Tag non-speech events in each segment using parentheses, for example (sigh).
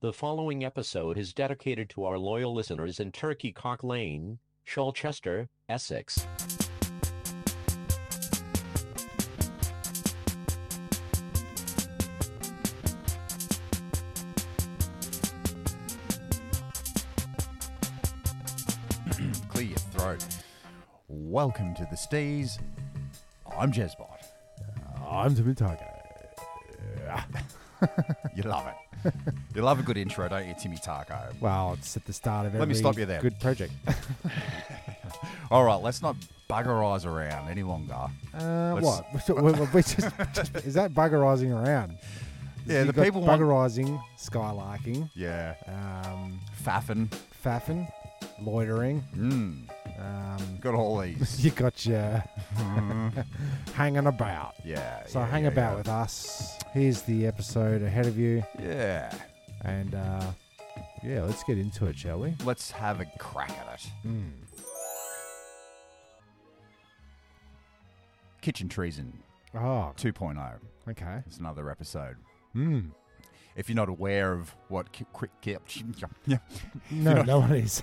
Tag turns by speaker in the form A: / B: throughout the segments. A: The following episode is dedicated to our loyal listeners in Turkey Cock Lane, Sholchester, Essex.
B: clear your throat. Welcome to the Stees. I'm Jezbot.
C: I'm Tim Tiger.
B: (laughs) You love it. you love a good intro, don't you, Timmy Tarko?
C: Wow, it's at the start of every
B: Let me stop you there. (laughs)
C: good project. uh,
B: All right, let's not bug our eyes around any longer. Let's-
C: what? So (laughs) we- we- we just- just- is that buggerizing around?
B: Yeah, the
C: You've got
B: people want.
C: buggerizing, skylarking,
B: Yeah,
C: um,
B: faffing.
C: faffing, loitering.
B: Mm,
C: Um, (laughs)
B: got all these.
C: you got your (laughs) hanging about.
B: Yeah. Mm-hmm.
C: So
B: yeah,
C: hang
B: yeah,
C: about
B: yeah.
C: with us. Here's the episode ahead of you,
B: Yeah.
C: and uh, yeah, let's get into it, shall we?
B: Let's have a crack at it. Kitchen Treason
C: Oh,
B: 2.0.
C: okay.
B: It's another episode.
C: Mm.
B: If you're not aware of what ki- ki- ki-
C: No, no one is.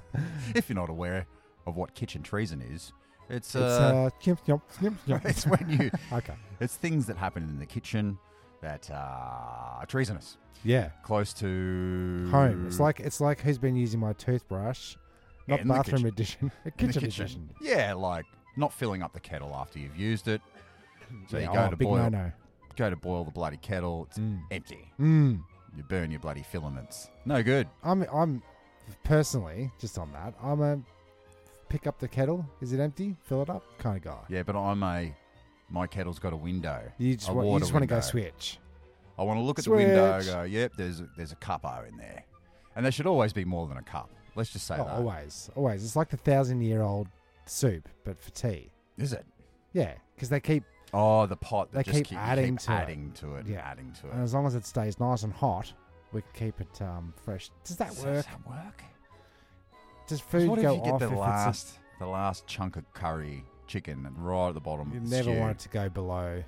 B: (laughs) if you're not aware of what kitchen treason is, it's (laughs)
C: It's
B: uh,
C: uh, snip, snip, snip,
B: (laughs)
C: snip.
B: it's when you
C: okay.
B: it's things that happen in the kitchen that uh, are treasonous,
C: Yeah.
B: close to
C: Home. It's like it's like who's been using my toothbrush, not
B: Mm. In the
C: bathroom
B: kitchen.
C: edition, (laughs)
B: in
C: kitchen,
B: the
C: edition.
B: Yeah, like not filling up the kettle after you've used it. So
C: Yeah,
B: you go
C: oh,
B: to
C: big
B: boil,
C: no-no.
B: go to boil the bloody kettle. It's
C: Mm.
B: empty.
C: Mm.
B: You burn your bloody filaments. No good.
C: I'm I'm personally just on that. I'm a pick up the kettle. Is it empty? Fill it up, kind of guy.
B: Yeah, but I'm a my kettle's got a window.
C: You just
B: a
C: want, you
B: water
C: just want to go
B: window.
C: switch.
B: I want to look at the window and
C: Switch.
B: go, yep, there's a, there's a cuppo in there. And there should always be more than a cup. Let's just say
C: Oh,
B: that.
C: always, always. It's like the thousand year old soup, but for tea.
B: Is it?
C: Yeah, because they keep
B: Oh, the pot that
C: They
B: just
C: keep
B: keep, you
C: adding
B: keep
C: to it.
B: adding to it,
C: Yeah.
B: adding to it.
C: and as long as it stays nice and hot, we can keep it um, fresh. Does that
B: Does
C: work?
B: that work? 'Cause
C: Does food
B: what if
C: go
B: you get
C: off
B: the
C: if it's a-
B: last, the last chunk of curry chicken right at the bottom?
C: You
B: of the
C: never
B: stew?
C: want it to go below.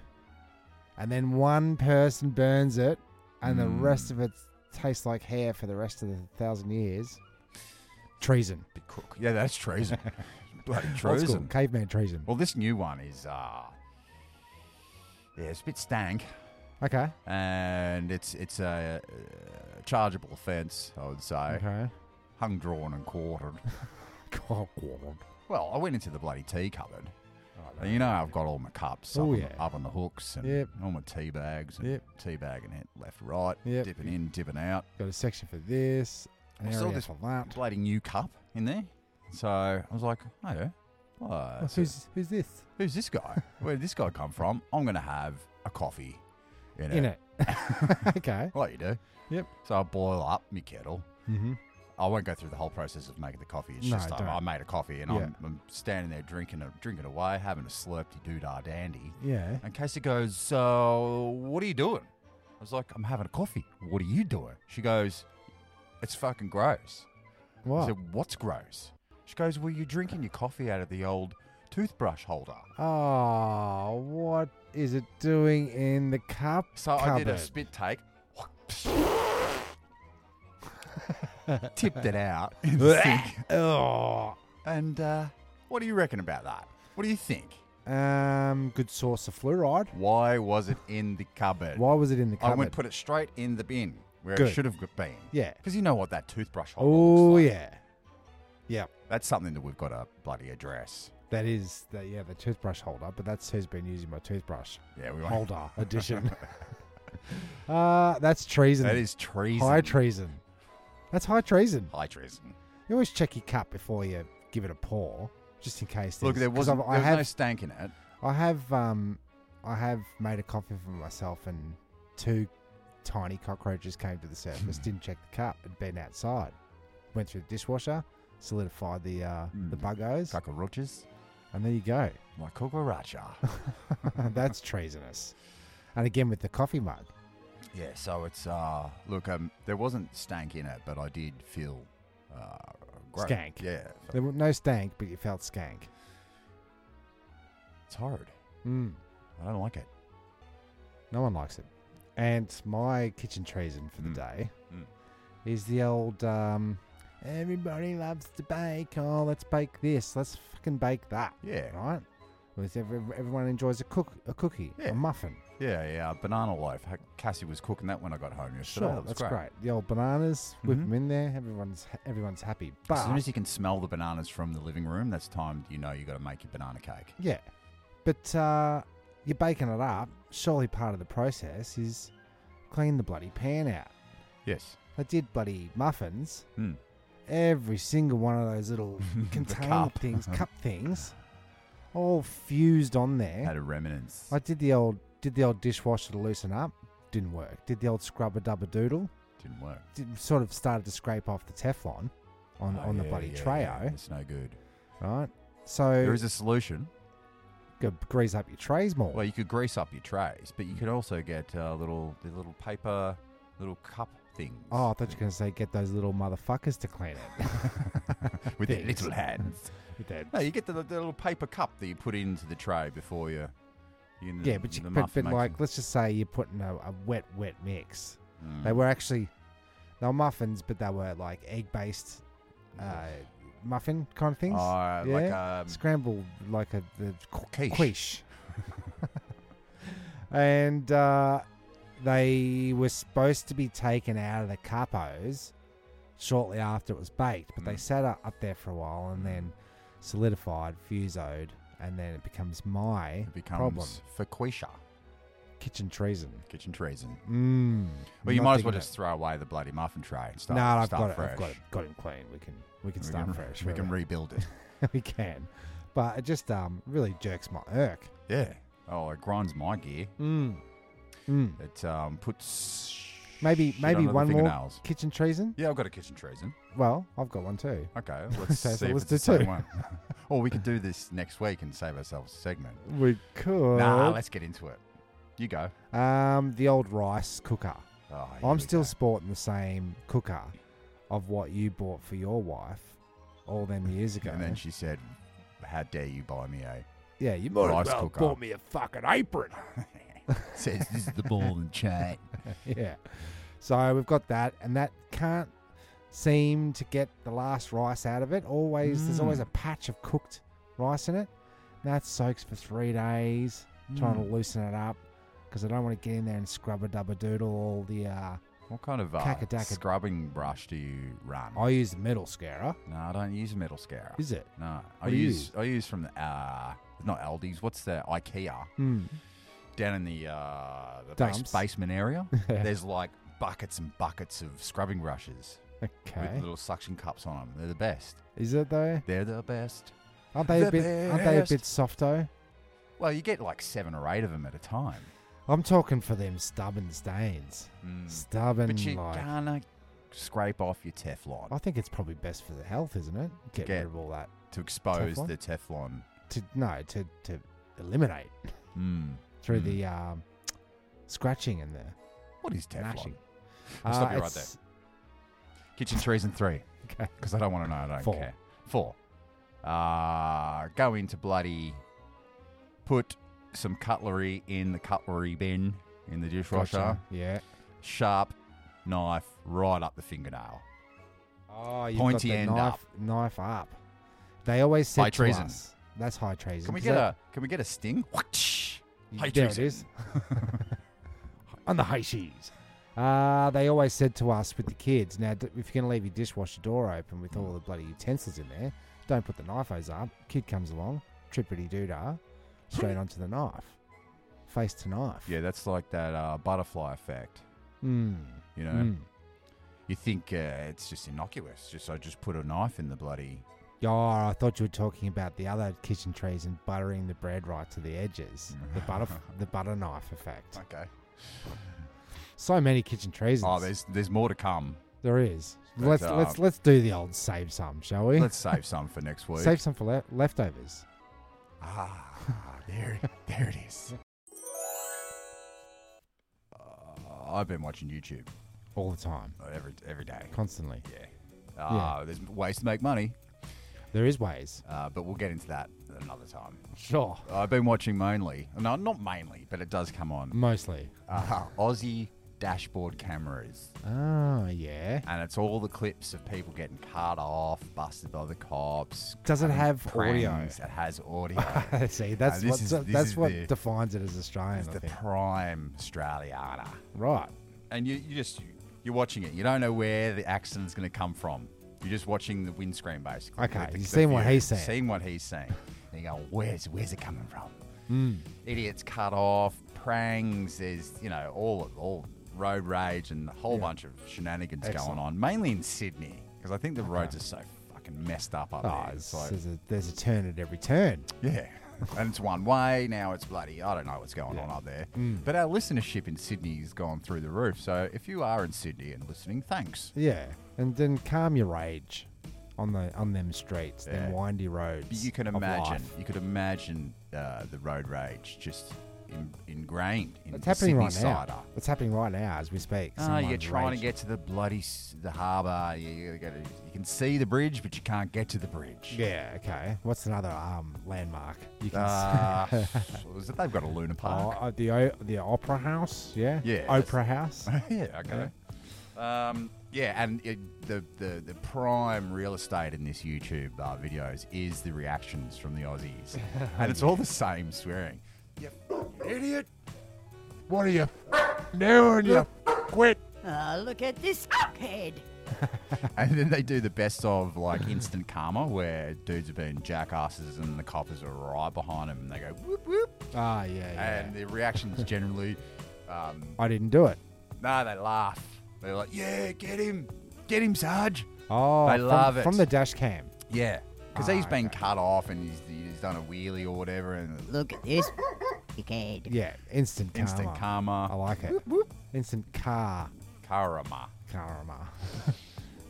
C: And then one person burns it, and the
B: Mm.
C: rest of it tastes like hair for the rest of the thousand years. Treason.
B: Bit crook. (laughs) Yeah, that's
C: (laughs)
B: treason. (laughs) Bloody
C: Old school,
B: treason. Oh.
C: Caveman treason.
B: Well, this new one is, uh, yeah, it's a bit stank.
C: Okay.
B: and it's it's a, uh chargeable offence, I would say.
C: Okay.
B: Hung, drawn, and
C: (laughs)
B: quartered.
C: God, God.
B: Well, I went into the bloody tea cupboard.
C: Oh,
B: And you know, I've got all my cups
C: Oh,
B: up, on
C: yeah.
B: the, up on the hooks and
C: Yep.
B: all my tea bags and
C: Yep.
B: tea bagging it left, right,
C: Yep.
B: dipping in, dipping out.
C: Got a section for this. An
B: I saw
C: area
B: this
C: for that.
B: Bloody new cup in there. So I was like, oh, yeah. Well,
C: Oh,
B: that's it.
C: who's, who's this?
B: who's this guy? Where did this guy come from? I'm going to have a coffee in it. (laughs)
C: In it. (laughs) okay.
B: Like you do.
C: Yep.
B: So I boil up my kettle.
C: Mm-hmm.
B: I won't go through the whole process of making the coffee. It's
C: No,
B: just I,
C: don't.
B: I made a coffee and
C: Yeah.
B: I'm, I'm standing there drinking it, drinking away, having a slurpy doodah dandy.
C: Yeah.
B: And Casey goes, "So what are you doing?" I was like, "I'm having a coffee. What are you doing?" She goes, "It's fucking gross." I
C: What?
B: said, "What's gross?" She goes, "Well, you're drinking your coffee out of the old toothbrush holder."
C: Oh, what is it doing in the cup?
B: So I did a
C: cupboard?
B: spit (laughs) take. Tipped it out (laughs) in the sink.
C: Oh.
B: And uh, what do you reckon about that? What do you think?
C: Um, good source of fluoride.
B: Why was it in the cupboard?
C: Why was it in the
B: I
C: cupboard?
B: went put it straight in the bin where
C: Good.
B: it should have been.
C: Yeah.
B: Because you know what that toothbrush holder
C: Oh
B: looks like.
C: yeah, yeah.
B: That's something that we've got to bloody address.
C: That is the yeah the toothbrush holder, but that's who's been using
B: (laughs)
C: my toothbrush
B: Yeah, we want
C: holder edition. uh that's treason.
B: That is treason.
C: high treason. That's high treason.
B: High treason.
C: You always check your cup before you give it a pour, just in case.
B: Look,
C: there's-
B: there
C: 'cause
B: wasn't.
C: I've-
B: there
C: I
B: was
C: have
B: no stank in it.
C: I have um I have made a coffee for myself and two tiny cockroaches came to the surface, didn't check the cup, had been outside. Went through the dishwasher, solidified the uh the
B: Mm.
C: buggos,
B: Cockroaches,
C: and there you go. (laughs)
B: my cucaracha.
C: That's treasonous. And again with the coffee mug.
B: yeah. So it's uh, look, um, there wasn't stank in it, but I did feel uh, gross.
C: Skank.
B: Yeah,
C: There was no stank, but you felt skank.
B: it's horrid.
C: Mm,
B: I don't like it.
C: no one likes it. And my kitchen treason for the
B: Mm.
C: day
B: Mm.
C: is the old um, everybody loves to bake. Oh, let's bake this. Let's fucking bake that.
B: Yeah.
C: Right? With every, everyone enjoys a cook a cookie,
B: Yeah.
C: a muffin.
B: Yeah, yeah, banana loaf. Ha- Cassie was cooking that when I got home yesterday.
C: Sure,
B: It was
C: that's great. The old bananas, whip 'em them in there. Everyone's everyone's happy. But
B: Mm-hmm. As soon as you can smell the bananas from the living room, that's time you know you got to make your banana cake.
C: Yeah. But uh, you're baking it up. Surely part of the process is clean the bloody pan out.
B: Yes.
C: I did bloody muffins.
B: Hmm.
C: Every single one of those little
B: (laughs) The
C: container
B: cup. (laughs)
C: things, cup things, all fused on there.
B: Had a remnants.
C: I did the old did the old dishwasher to loosen up. Didn't work. Did the old scrub a dubba doodle.
B: Didn't work.
C: Did, sort of started to scrape off the Teflon on,
B: Oh,
C: on the
B: yeah,
C: bloody
B: yeah,
C: trayo,
B: yeah, It's no good.
C: right? So
B: There is a solution.
C: go grease up your trays more.
B: Well, you could grease up your trays, but you could also get uh, little the little paper, little cup things.
C: Oh, I thought you were going to say get those little motherfuckers to clean
B: (laughs)
C: it
B: with
C: (laughs)
B: their
C: things.
B: little hands.
C: with
B: (laughs)
C: their
B: No, you get the, the little paper cup that you put into the tray before you. you know,
C: Yeah, but, you,
B: the
C: but,
B: muff
C: but
B: makes
C: like,
B: it-
C: let's just say you're putting a, a wet, wet mix.
B: Mm.
C: They were actually, they were muffins, but they were like egg based uh, muffin kind of things.
B: Oh, like um,
C: Scrambled like a the
B: quiche.
C: quiche. (laughs) and uh, they were supposed to be taken out of the capos shortly after it was baked, but they
B: Mm.
C: sat up, up there for a while and then solidified, fusoed, and then it becomes my
B: It becomes
C: problem.
B: faquisha,
C: kitchen treason.
B: kitchen treason.
C: Mm.
B: Well, you
C: Not
B: might as well
C: digging
B: just throw away the bloody muffin tray and
C: it.
B: start,
C: No, I've
B: start
C: got
B: fresh.
C: it. I've got it. Got him clean. We can we can
B: We
C: start
B: can-
C: fresh.
B: We can
C: whatever.
B: rebuild
C: (laughs)
B: it.
C: we can, but it just um really jerks my irk.
B: Yeah. Oh, it grinds my gear.
C: Mm. Mm.
B: It um, puts
C: Maybe
B: shit
C: maybe
B: under the
C: one more
B: fingernails.
C: kitchen treason.
B: Yeah, I've got a kitchen treason.
C: Well, I've got one too.
B: Okay,
C: (laughs)
B: let's
C: Okay, so
B: see if
C: let's
B: it's
C: do
B: the
C: two.
B: same one.
C: (laughs)
B: or we could do this next week and save ourselves a segment.
C: We could.
B: nah, let's get into it. You go.
C: Um, the old rice cooker.
B: Oh, here
C: I'm
B: we
C: still
B: go.
C: sporting the same cooker of what you bought for your wife all them years ago.
B: (laughs) And then she said, "How dare you buy me a?" (laughs)
C: yeah, you might
B: Rice
C: as well
B: cooker.
C: bought me a fucking apron.
B: Says this is the ball and chain.
C: (laughs) yeah. So we've got that, and that can't seem to get the last rice out of it. Always, there's
B: Mm.
C: always a patch of cooked rice in it. And that soaks for three days, trying
B: Mm.
C: to loosen it up because I don't want to get in there and scrub a dubba doodle all the. Uh,
B: What kind of uh,
C: Kakadaka-
B: scrubbing brush do you run?
C: I use the metal scourer.
B: no, I don't use a metal scourer.
C: Is it?
B: No, I
C: What do you
B: use
C: use?
B: I use from the uh, not Aldi's. What's the IKEA
C: Hmm. (laughs)
B: down in the uh, the bas-
C: Dumps.
B: basement area? There's like buckets and buckets of scrubbing brushes with
C: Okay.
B: little suction cups on them. They're the best.
C: Is it though?
B: They're the best.
C: Aren't they a
B: The
C: bit? Aren't they a
B: best.
C: bit soft though?
B: Well, you get like seven or eight of them at a time.
C: I'm talking for them stubborn stains.
B: Mm.
C: Stubborn
B: But you
C: like.
B: gonna scrape off your Teflon
C: I think it's probably best for the health, isn't it? Get,
B: Get-
C: rid of all that.
B: to expose
C: Teflon?
B: the Teflon.
C: To no, to to eliminate
B: Mm.
C: through
B: Mm.
C: the um, scratching and the
B: What is Teflon?
C: mashing. Uh,
B: I'll stop you right
C: it's-
B: Kitchen trees and three.
C: Okay.
B: Because I don't want to know. I don't
C: Four.
B: care. Four. Uh, go into bloody. Put some cutlery in the cutlery bin in the dishwasher.
C: Gotcha. Yeah.
B: Sharp knife right up the fingernail.
C: Oh, you've
B: Pointy
C: got the
B: end
C: knife, knife up. They always said
B: High
C: to
B: treason.
C: us, "That's high treason."
B: Can we
C: 'cause
B: get
C: that-
B: a Can we get a sting? high
C: there
B: treason?
C: it is. (laughs) On the high cheese. Uh, they always said to us with the kids, now, d- if you're going to leave your dishwasher door open with
B: Mm.
C: all the bloody utensils in there, don't put the knife hose up. Kid comes along, trippity doodah,
B: (laughs)
C: straight onto the knife. Face to knife.
B: Yeah, that's like that uh, butterfly effect.
C: Mm.
B: You know,
C: Mm.
B: you think uh, it's just innocuous. Just I just put a knife in the bloody.
C: Yeah, I thought you were talking about the other kitchen trees and buttering the bread right to the edges. the, butter,
B: (laughs)
C: the butter knife effect.
B: Okay.
C: So many kitchen trees.
B: Oh, there's there's more to come.
C: There is.
B: But,
C: Let's
B: uh,
C: let's let's do the old save some, shall we?
B: Let's save some for next week.
C: save some for le- leftovers.
B: Ah, there, it- there it is. Uh, I've been watching YouTube
C: all the time,
B: every every day.
C: constantly.
B: Yeah. Ah, there's ways to make money,
C: There is ways.
B: uh, but we'll get into that another time.
C: Sure.
B: I've been watching mainly, no, not mainly, but it does come on.
C: Mostly.
B: Uh, Aussie dashboard cameras.
C: Oh,
B: (laughs)
C: yeah.
B: And it's all the clips of people getting cut off, busted by the cops.
C: Does it
B: having
C: have audio?
B: pranks. It has (laughs) audio.
C: See, that's
B: this
C: what
B: is-
C: so-
B: this
C: that's
B: is
C: what
B: the-
C: defines it as Australian.
B: it's
C: I
B: the
C: think.
B: prime Australiana.
C: Right.
B: And you, you just, you're watching it. You don't know where the accident's going to come from. You're just watching the windscreen, basically.
C: Okay,
B: The- the-
C: you've
B: the
C: seen what
B: view.
C: he's saying.
B: Seen what he's saying. And you go, where's, where's it coming from? Mm. Idiots cut off, prangs, there's, you know, all, all road rage and a whole bunch of shenanigans
C: Excellent.
B: going on, mainly in Sydney. Because I think the roads are so fucking messed up up
C: Oh,
B: there. It's
C: it's-
B: like-
C: there's, a, there's a turn at every turn.
B: yeah. And it's one way. Now it's bloody. I don't know what's going on up there.
C: Mm.
B: But our listenership in Sydney has gone through the roof. So if you are in Sydney and listening, thanks.
C: Yeah, and then calm your rage on the on them streets,
B: Yeah.
C: them windy roads.
B: But you can
C: of
B: imagine.
C: life.
B: You could imagine uh, the road rage just in, ingrained in
C: It's
B: the
C: happening
B: Sydney
C: right now.
B: cider.
C: It's happening right now as we speak.
B: Oh,
C: Someone's
B: you're trying
C: raged.
B: to get to the bloody s- the harbour. You, you, gotta, you can see the bridge, but you can't get to the bridge.
C: Yeah. Okay. What's another um landmark? You can (laughs)
B: Uh, was it- they've got a Luna
C: see. Oh,
B: Park.
C: uh, the o- the opera house. Yeah.
B: Yeah, that's- (laughs)
C: Opera house.
B: yeah, okay. Um, yeah, and it, the, the the prime real estate in this YouTube uh, videos is the reactions from the Aussies, and it's all the same swearing. You fucking idiot! What are you doing? You quit!
D: Uh,
E: Ah, look at this head.
B: And then they do the best of like instant karma, where dudes have been jackasses and the coppers are right behind them, and they go whoop whoop,
C: Ah, yeah. yeah.
B: and the reactions generally, um,
C: I didn't do it.
B: no, they laugh. They're like, yeah, get him, get him, Sarge.
C: Oh,
B: They
C: from,
B: love it.
C: from the dash cam.
B: Yeah, because
C: Ah,
B: he's been cut off and he's, he's done a wheelie or whatever, and
E: Look at this head.
C: Yeah, instant karma. Oh.
B: instant karma,
C: I like it. Instant
B: (laughs)
C: car
B: karma.
C: karma.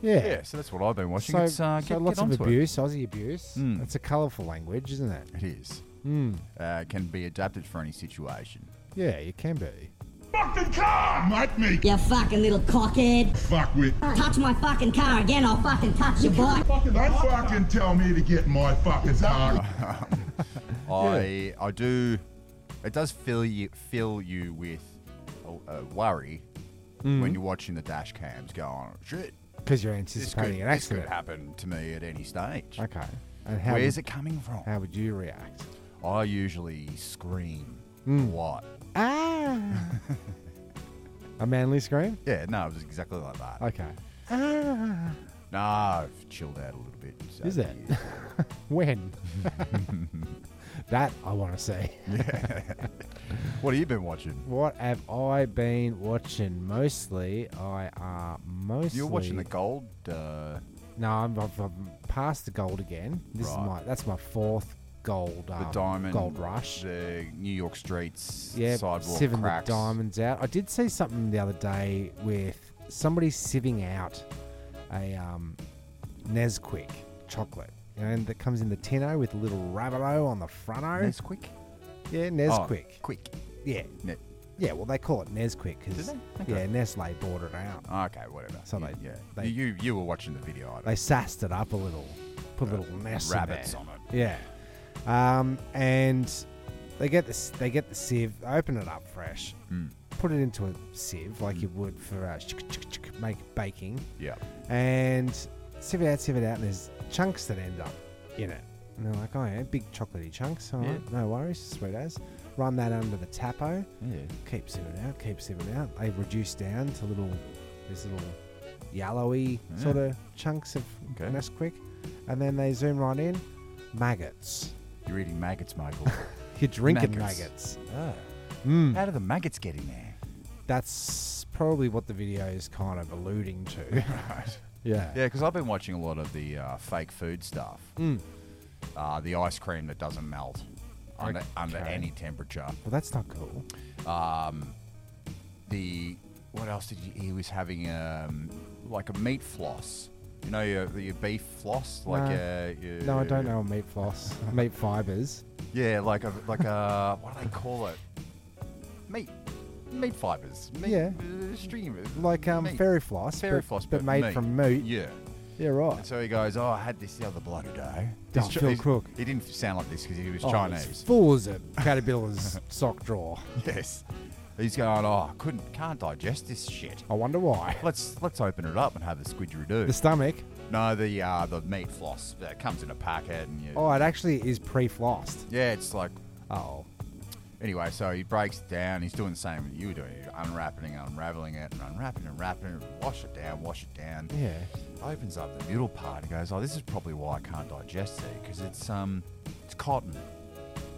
C: yeah.
B: Yeah, so that's what I've been watching.
C: So,
B: it's, uh,
C: so
B: get,
C: lots
B: get
C: of
B: onto
C: abuse, Aussie abuse.
B: Mm.
C: It's a colourful language, isn't it?
B: It. it is.
C: Mm.
B: Uh, can be adapted for any situation.
C: Yeah, it can be.
F: fucking car! Not me,
E: You fucking little cockhead.
F: fuck with.
E: Touch my fucking car again, I'll fucking touch your bike.
F: Don't fucking tell me to get my fucking car.
B: I I do. It does fill you fill you with a, a worry
C: Hmm.
B: when you're watching the dash cams go on. Shit,
C: Because you're
B: this
C: anticipating
B: could,
C: an
B: this could
C: accident.
B: happen to me at any stage.
C: okay. And how
B: Where's
C: would,
B: it coming from?
C: How would you react?
B: I usually scream
C: Hmm.
B: a lot.
C: Ah. (laughs) a
B: (laughs)
C: manly scream?
B: Yeah, no, it was exactly like that.
C: Okay. Ah.
B: No, I've chilled out a little bit. so
C: Is it?
B: yeah.
C: When? (laughs) that I want to see.
B: what have you been watching?
C: What have I been watching? Mostly, I are mostly.
B: You're watching the gold. Uh,
C: No, I'm, I've, i past the gold again. This
B: Right.
C: is my that's my fourth gold. Um,
B: the diamond
C: gold rush.
B: the New York streets,
C: yeah,
B: sidewalk
C: sieving
B: cracks.
C: the diamonds out. I did see something the other day with somebody sieving out a um, Nesquik chocolate, you know, and that comes in the tino with a little rabbito on the fronto.
B: That's quick.
C: yeah,
B: Oh,
C: Nesquik.
B: quick.
C: Yeah,
B: Ne-
C: yeah. Well, they call it Nesquik because
B: Do they? Okay.
C: yeah, Nestle bought it out.
B: Okay, whatever.
C: So
B: yeah,
C: they-
B: yeah.
C: they-
B: you you were watching the video. I
C: They sassed it up a little, put a
B: Uh,
C: little nest in
B: rabbits
C: there.
B: on it.
C: Yeah. Um, and they get this. They get the sieve. Open it up fresh.
B: Hmm.
C: Put it into a sieve like you would for uh, shk- shk- shk- make baking,
B: Yeah.
C: and sieve it out, sieve it out, and there's chunks that end up in it. And they're like, oh yeah, big chocolatey chunks. All right, no worries, sweet as. Run that under the tapo.
B: Yeah.
C: Keep sieving out. Keep sieving out. They reduce down to little, these little yellowy sort of chunks of
B: Ah. Okay.
C: Nesquik, and then they zoom right in. Maggots.
B: You're eating maggots,
C: (laughs)
B: Michael.
C: You're drinking
B: Maggots.
C: maggots. Mm,
B: oh. How do the maggots get in there? (laughs)
C: That's probably what the video is kind of alluding to.
B: Right.
C: yeah.
B: (laughs) Yeah, because I've been watching a lot of the uh, fake food stuff.
C: Hmm.
B: Uh, the ice cream that doesn't melt under, under
C: Okay.
B: any temperature.
C: Well, that's not cool.
B: The what else did you, he was having? Um, like a meat floss. You know your, your beef floss, like
C: No.
B: uh, your,
C: No, I don't know meat floss, meat fibers.
B: Yeah, like a like a what do they call it? Meat, meat fibers. Meat,
C: Yeah.
B: uh, string of-
C: Like um,
B: meat.
C: fairy floss,
B: Fairy
C: but,
B: floss,
C: but, made
B: meat.
C: from meat. Yeah,
B: Yeah.
C: right.
B: And so he goes, "Oh, I had this the other bloody day."
C: Oh,
B: He's tr-
C: Phil
B: he's-
C: Crook.
B: He didn't sound like this because he was
C: Oh, it's
B: Chinese.
C: Full as a caterpillar's sock drawer.
B: (laughs) Yes. He's going, oh, I couldn't, can't digest this shit.
C: I wonder why.
B: (laughs) Let's let's open it up and have the squidgeroo
C: The
B: do.
C: stomach.
B: No, the uh, the meat floss that comes in a packet and you.
C: Oh, it actually is pre-flossed.
B: Yeah, it's like
C: Oh,
B: Anyway, so he breaks it down. He's doing the same that you were doing. He's unwrapping and unraveling it and unwrapping and wrapping it. Wash it down, wash it down.
C: yeah.
B: Opens up the middle part and goes, oh, this is probably why I can't digest it because it's um, it's cotton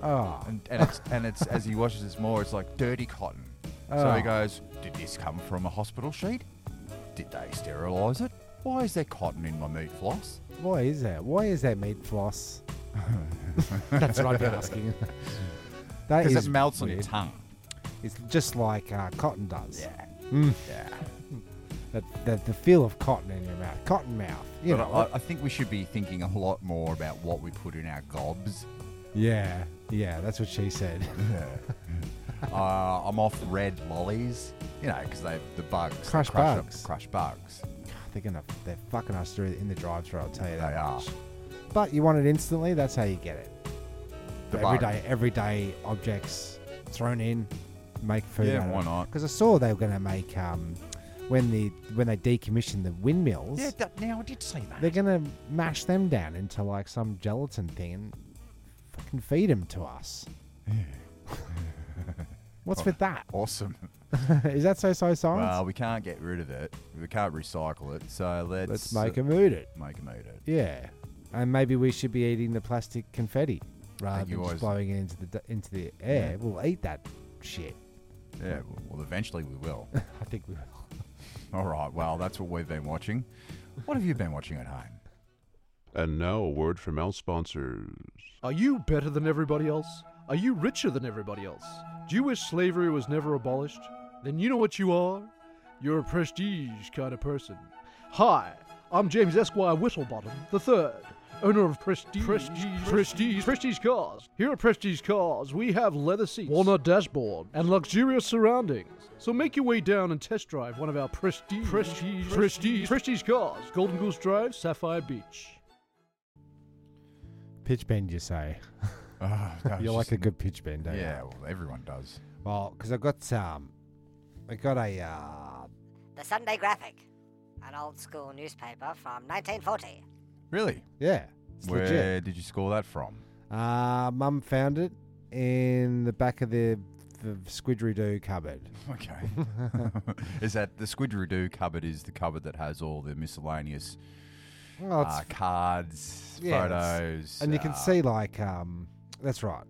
C: Oh,
B: and and it's and it's as he washes this more, it's like dirty cotton. So he
C: Oh.
B: goes, did this come from a hospital sheet? Did they sterilise it? Why is there cotton in my meat floss?
C: why is that? Why is that meat
B: (laughs)
C: floss? That's what I'd be asking. that
B: Because
C: is
B: it melts on your
C: weird.
B: tongue.
C: It's just like uh, cotton does.
B: Yeah.
C: Mm.
B: Yeah.
C: That, that the feel of cotton in your mouth, cotton mouth. You
B: But
C: know.
B: I, I think we should be thinking a lot more about what we put in our gobs. (laughs)
C: yeah, yeah. That's what she said.
B: uh, I'm off red lollies, you know, because they the bugs they
C: Crush
B: crush up-
C: bugs.
B: crush bugs.
C: they're gonna, they're fucking us through in the drive-through. I'll tell you
B: They
C: that.
B: are
C: But you want it instantly. That's how you get it.
B: the
C: everyday
B: bug.
C: everyday objects thrown in, make food.
B: Yeah, why not?
C: Because I saw they were going to make um, when the when they decommissioned the windmills,
B: Yeah, that, now I did say that.
C: they're going to mash them down into like some gelatin thing and fucking feed them to us.
B: (laughs)
C: What's with that? (laughs)
B: awesome.
C: Is that so so science?
B: Well, we can't get rid of it. We can't recycle it. So let's
C: Let's make them eat it.
B: Make 'em eat it.
C: Yeah, and maybe we should be eating the plastic confetti rather
B: you
C: than just
B: always-
C: blowing it into the d- into the air.
B: Yeah.
C: We'll eat that shit.
B: Yeah. Well, eventually we
C: (laughs)
B: will.
C: I think we will.
B: All right. Well, that's what we've been watching. What have you been watching at home?
G: And now a word from our sponsors.
H: Are you better than everybody else? Are you richer than everybody else? Do you wish slavery was never abolished? Then you know what you are. You're a prestige kind of person. Hi, I'm James Esquire Whittlebottom the Third, owner of Prestige Prestige Prestige Prestige Cars. Here at Prestige Cars, we have leather seats, walnut dashboard, and luxurious surroundings. So make your way down and test drive one of our Prestige Prestige Prestige Prestige Cars, Golden Goose Drive, Sapphire Beach.
C: Pitch bend, you say.
B: Oh, that
C: You
B: was
C: like
B: just-
C: a (laughs) good pitch bend, don't
B: Yeah.
C: you?
B: Well, everyone does.
C: Well, because I've got um, I got a uh,
D: The Sunday Graphic, an old school newspaper from 1940.
B: Really?
C: yeah, it's
B: Where
C: legit.
B: did you score that from? (laughs)
C: Uh, Mum found it in the back of the the squidgery doo cupboard.
B: Okay.
C: (laughs)
B: is that the Squidgeridoo cupboard is the cupboard that has all the miscellaneous
C: Well, Oh, it's,
B: uh, cards,
C: yeah,
B: photos.
C: and you can
B: uh,
C: see like um, that's right.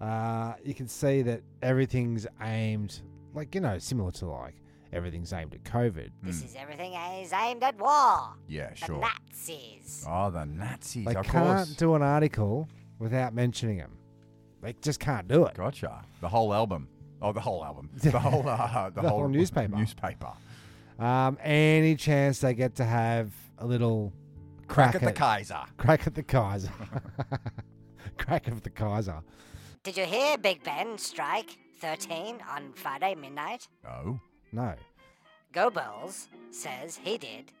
C: Uh, you can see that everything's aimed like you know similar to like everything's aimed at COVID.
D: This
E: Hmm.
D: is everything is aimed at war.
B: Yeah,
D: The
B: sure.
D: Nazis.
B: Oh, the Nazis,
C: They
B: of
C: can't
B: course.
C: do an article without mentioning them. They just can't do it.
B: gotcha. The whole album. Oh, the whole
C: (laughs)
B: album. The whole, uh, the
C: The whole newspaper.
B: newspaper.
C: Um, any chance they get to have a little crack,
B: Look at the Kaiser.
C: crack at the Kaiser, (laughs) crack of the Kaiser.
D: Did you hear Big Ben strike 13 on Friday midnight?
B: Oh.
C: No,
D: Goebbels says he did.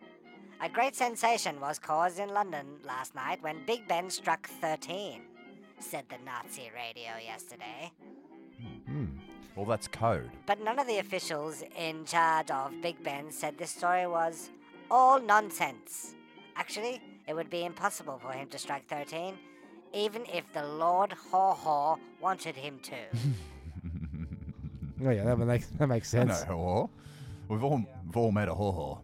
D: A great sensation was caused in London last night when Big Ben struck 13, said the Nazi radio yesterday.
B: Well, that's code.
D: But none of the officials in charge of Big Ben said this story was all nonsense. Actually, it would be impossible for him to strike 13, even if the Lord Haw Haw wanted him to.
C: oh yeah, that makes that makes
B: I
C: sense.
B: know, whore. We've all, we've all met a whore.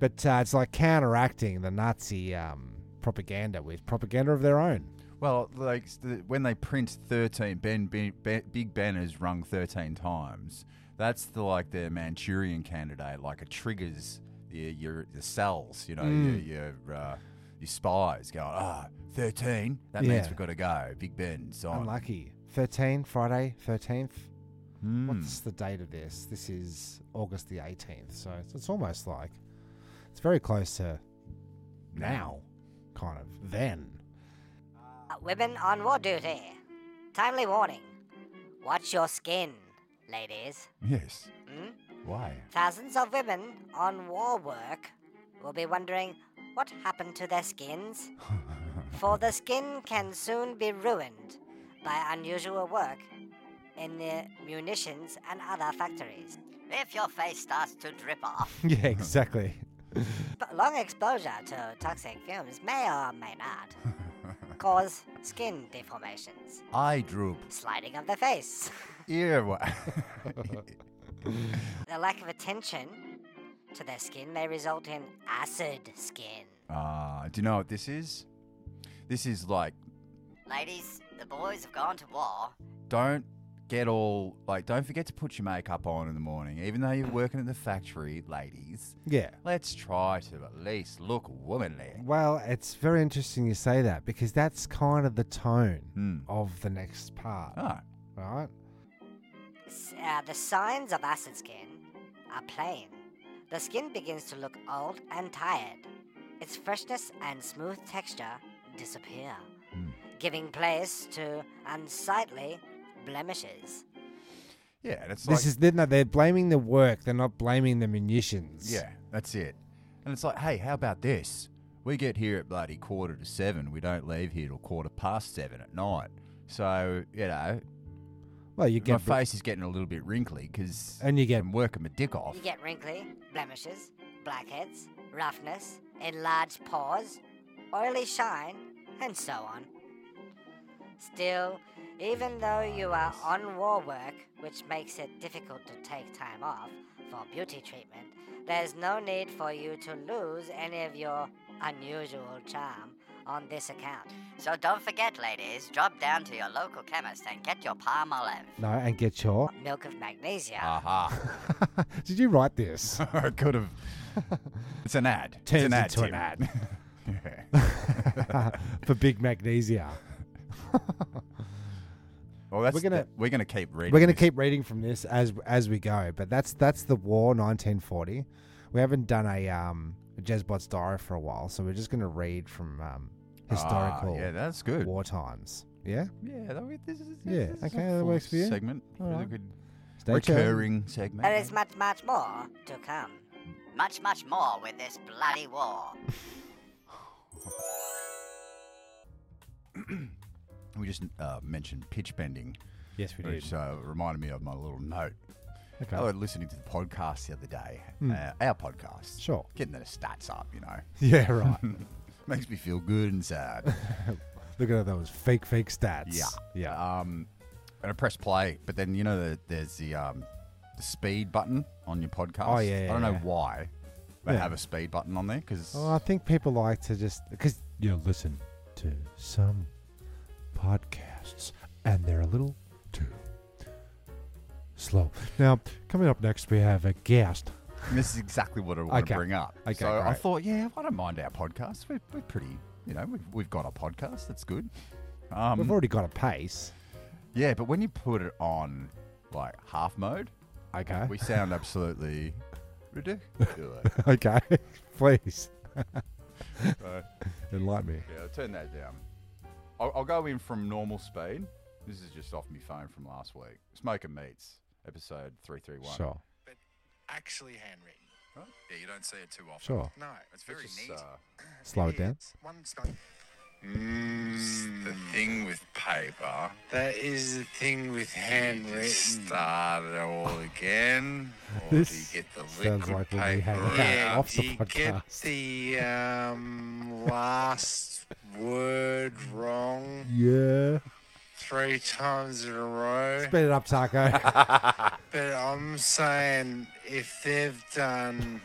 C: But uh, it's like counteracting the Nazi um, propaganda with propaganda of their own.
B: Well, like s- the- when they print thirteen, Ben, ben, ben Big Ben is rung thirteen times. That's the like the Manchurian candidate. Like it triggers your your, your cells. You know,
C: Mm.
B: your your, uh, your spies going ah thirteen. That means
C: Yeah.
B: we've got to go. Big Ben's on.
C: Unlucky. Thirteen Friday, thirteenth.
B: Hmm.
C: What's the date of this? This is August the eighteenth, so it's, it's almost like it's very close to now, kind of then.
D: Uh, women on war duty. Timely warning. Watch your skin, ladies.
B: Yes.
D: Hmm?
B: Why?
D: Thousands of women on war work will be wondering what happened to their skins. For the skin can soon be ruined by unusual work in the munitions and other factories. If your face starts to drip off,
C: (laughs)
B: (laughs)
C: yeah, exactly.
D: But long exposure to toxic fumes may or may not cause skin deformations,
B: Eye droop.
D: sliding of the face,
B: Ear. wa- (laughs)
D: the lack of attention to their skin may result in acid skin.
B: Ah, do you know what this is? This is like,
D: Ladies, the boys have gone to war.
B: don't get all, like, don't forget to put your makeup on in the morning. Even though you're working at the factory, ladies,
C: Yeah.
B: let's try to at least look womanly.
C: Well, it's very interesting you say that because that's kind of the tone
B: Hmm.
C: of the next part,
B: Ah,
C: right?
D: S- uh, the signs of acid skin are plain. The skin begins to look old and tired. Its freshness and smooth texture disappear, giving place to unsightly blemishes.
B: yeah, and it's like,
C: this is they're, no, they're blaming the work. They're not blaming the munitions.
B: yeah, that's it. And it's like, hey, how about this? We get here at bloody quarter to seven. We don't leave here till quarter past seven at night. So, you know,
C: Well, you
B: my
C: get
B: face is getting a little bit wrinkly because
C: And you get-
B: I'm working my dick off.
D: You get wrinkly, blemishes, blackheads, roughness, enlarged pores, oily shine, and so on. Still, even though you are on war work, which makes it difficult to take time off for beauty treatment, there's no need for you to lose any of your unusual charm on this account. So don't forget, ladies, drop down to your local chemist and get your palm olive.
C: no, and get your.
D: Milk of magnesia.
B: Aha.
C: (laughs) Did you write this?
B: (laughs) I could
C: (laughs)
B: have. It's an ad. it's
C: Turns
B: an ad
C: into an
B: Tim.
C: ad.
B: (laughs) Yeah. (laughs)
C: for big magnesia.
B: Well, that's
C: We're gonna-
B: that- we're gonna keep reading.
C: We're going to
B: this.
C: keep reading from this as as we go, but that's that's the war 1940. We haven't done a um a Jezbot's diary for a while, so we're just going to read from um
B: Ah,
C: historical
B: yeah, that's good.
C: war times. Yeah,
B: Yeah, that, we- this is
C: Yeah,
B: this is a
C: okay, that
B: full
C: works for you.
B: Segment,
C: All
B: really
C: right.
B: good
C: Stay tuned.
B: recurring segment.
D: There is much, much more to come. Much, much more with this bloody war.
B: we just uh, mentioned pitch bending,
C: Yes, we did.
B: which uh, reminded me of my little note.
C: Okay.
B: I
C: Hmm.
B: was listening to the podcast the other day, uh, our podcast.
C: Sure. (laughs)
B: Getting the stats up, you know, (laughs)
C: Yeah, right.
B: makes me feel good and sad.
C: Look at those fake, fake stats.
B: Yeah.
C: (laughs) yeah.
B: Um, and I press play, but then you know the, there's the um, the speed button on your podcast.
C: Oh, yeah, yeah,
B: I don't know
C: yeah.
B: why they
C: Yeah.
B: have a speed button on there because
C: Oh, I think people like to just because you know, listen to some podcasts and they're a little too slow. Now, coming up next, we have a guest.
B: this is exactly what I want
C: Okay.
B: to bring up.
C: Okay,
B: so I
C: great.
B: thought, yeah, I don't mind our podcast. We're, we're pretty, you know, we've, we've got a podcast. That's good.
C: We've
B: Um,
C: already got a pace.
B: yeah, but when you put it on like half mode,
C: (laughs) Okay.
B: we sound absolutely
C: (laughs)
B: ridiculous.
C: okay. Please
B: right.
C: enlighten me.
B: Yeah, I'll turn that down. I'll, I'll go in from normal speed. This is just off my phone from last week. Smoking Meats, episode 331.
C: Sure.
I: but actually handwritten.
B: Huh?
I: Yeah, you don't see it too often.
C: Sure.
I: No, it's very
B: It's just,
I: neat.
B: uh,
C: Slow it down.
I: It's one side. Mm, the thing with paper. That is the thing with handwritten. Start it all (laughs) again.
C: (laughs)
I: Or do you
C: This
I: get the
C: sounds
I: liquid
C: like we'll be
I: paper?
C: hanging out
I: yeah,
C: off the
I: do you get
C: podcast.
I: the um, last word wrong
C: Yeah.
I: three times in a row?
C: Spit it up, Taco.
I: But I'm saying if they've (laughs) done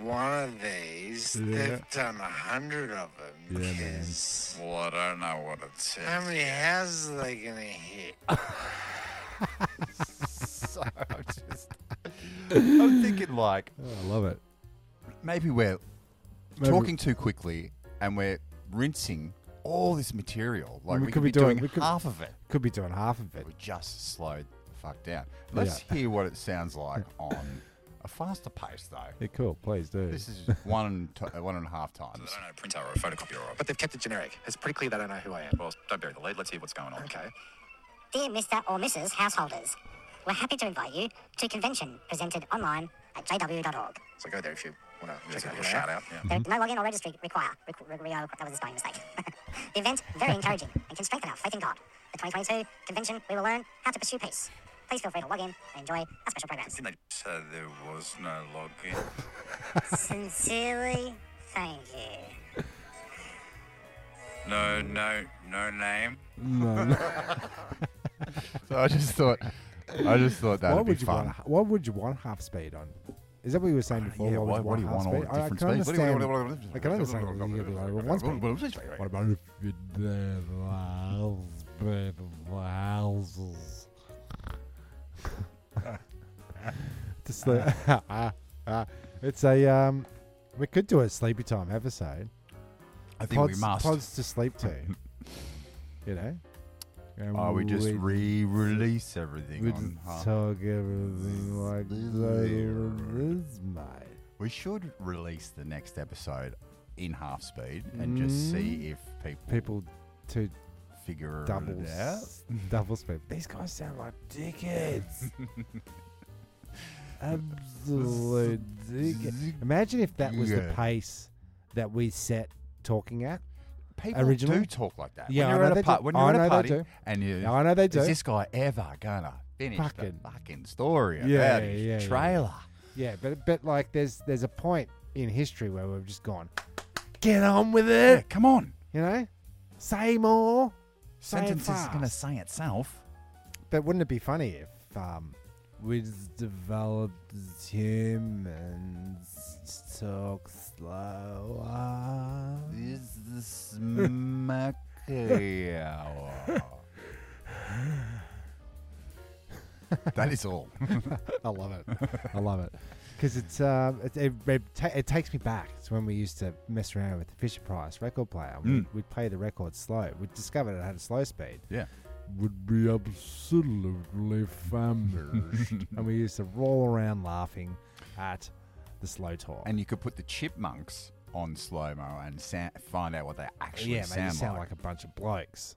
I: one of these, they've done a hundred of them. Yeah, man. Well, I don't know what it says. How many houses are they gonna hit?
B: uh, (laughs) so I'm just. I'm thinking like
C: Oh, I love it.
B: maybe we're talking too quickly and we're rinsing all this material. Like
C: We
B: we,
C: could
B: could
C: be
B: be,
C: doing-
B: doing,
C: we could-
B: half of it.
C: Could be doing half of it.
B: We just slowed the fuck down. Let's hear what it sounds
C: (laughs)
B: like on a faster pace though.
C: Yeah, cool. Please do.
B: (laughs) This is one to, uh, one and a half times.
I: I don't know, printer or a photocopier or. But they've kept it generic. It's pretty clear they don't know who I am. Well, don't bury the lead. Let's hear what's going on. Okay.
J: Dear Mr. or Mrs. Householders, we're happy to invite you to a convention presented online at jw.org.
D: Mm-hmm.
I: So go there if you want to check out your shout out. Yeah.
J: There, no login or registry require. Requ- re- re- oh, that was a spelling mistake. (laughs) The event very encouraging and can strengthen our faith in God. The 2022 convention, we will learn how to pursue peace. Please feel free to log in and enjoy our special programs.
I: So there was no login.
J: Sincerely, thank you.
I: No, no, no name.
C: No.
B: So I just thought, I just thought
C: why
B: that'd be
C: would you
B: fun. Uh,
C: want? Why would you want half speed on? Is that what you were saying before?
B: yeah, why-
C: would
B: why do you
C: half
B: want all the
C: I- I
B: different
C: can
B: speeds? What do you-
C: understand.
B: what do you-
C: I can understand. if you could like, well, one speed. What about if you did miles, but miles? (laughs) Just the- ah, ah. (laughs) it's a um. We could do a sleepy time episode.
B: I think we
C: Pods-
B: must.
C: Pods to sleep
B: (laughs)
C: to. you know. And
B: Oh, we just
C: we-
B: re-release everything.
C: we
B: on,
C: just
B: huh?
C: talk everything like that is, mate.
B: We should release the next episode in half speed and just see if people
C: Mm. People to
B: figure
C: double
B: it out.
C: s- (laughs) double speed. These guys sound like (laughs) dickheads. Absolute dickheads. Imagine if that was the
B: Yeah.
C: pace that we set talking at.
B: People
C: originally?
B: do talk like that.
C: Yeah, I
B: when you're
C: know
B: at
C: they
B: a, par-
C: do.
B: when
C: I
B: you're at
C: know
B: a
C: they
B: party
C: do.
B: and you,
C: I know they do.
B: Is this guy ever gonna finish
C: Fucking-
B: the fucking story of
C: Yeah,
B: that
C: yeah, yeah, yeah.
B: trailer?
C: Yeah, but but like there's there's a point in history where we've just gone, get on with it.
B: Come on,
C: You know, say more. Say it
B: sentence is gonna
C: fast.
B: say
C: (laughs)
B: itself.
C: But wouldn't it be funny if um, we just developed a team and s- talk slower?
B: Is the smack (laughs) That is all. (laughs)
C: I love it. (laughs) I love it because it's um, it, it, it, ta- it takes me back to when we used to mess around with the Fisher Price record player. and We'd, we'd play the record slow. We discovered it had a slow speed.
B: Yeah.
C: Would be absolutely famished, (laughs) and we used to roll around laughing at the slow talk.
B: And you could put the chipmunks on slow mo and sa- find out what they actually
C: yeah, man, you
B: sound,
C: sound
B: like.
C: like a bunch of blokes.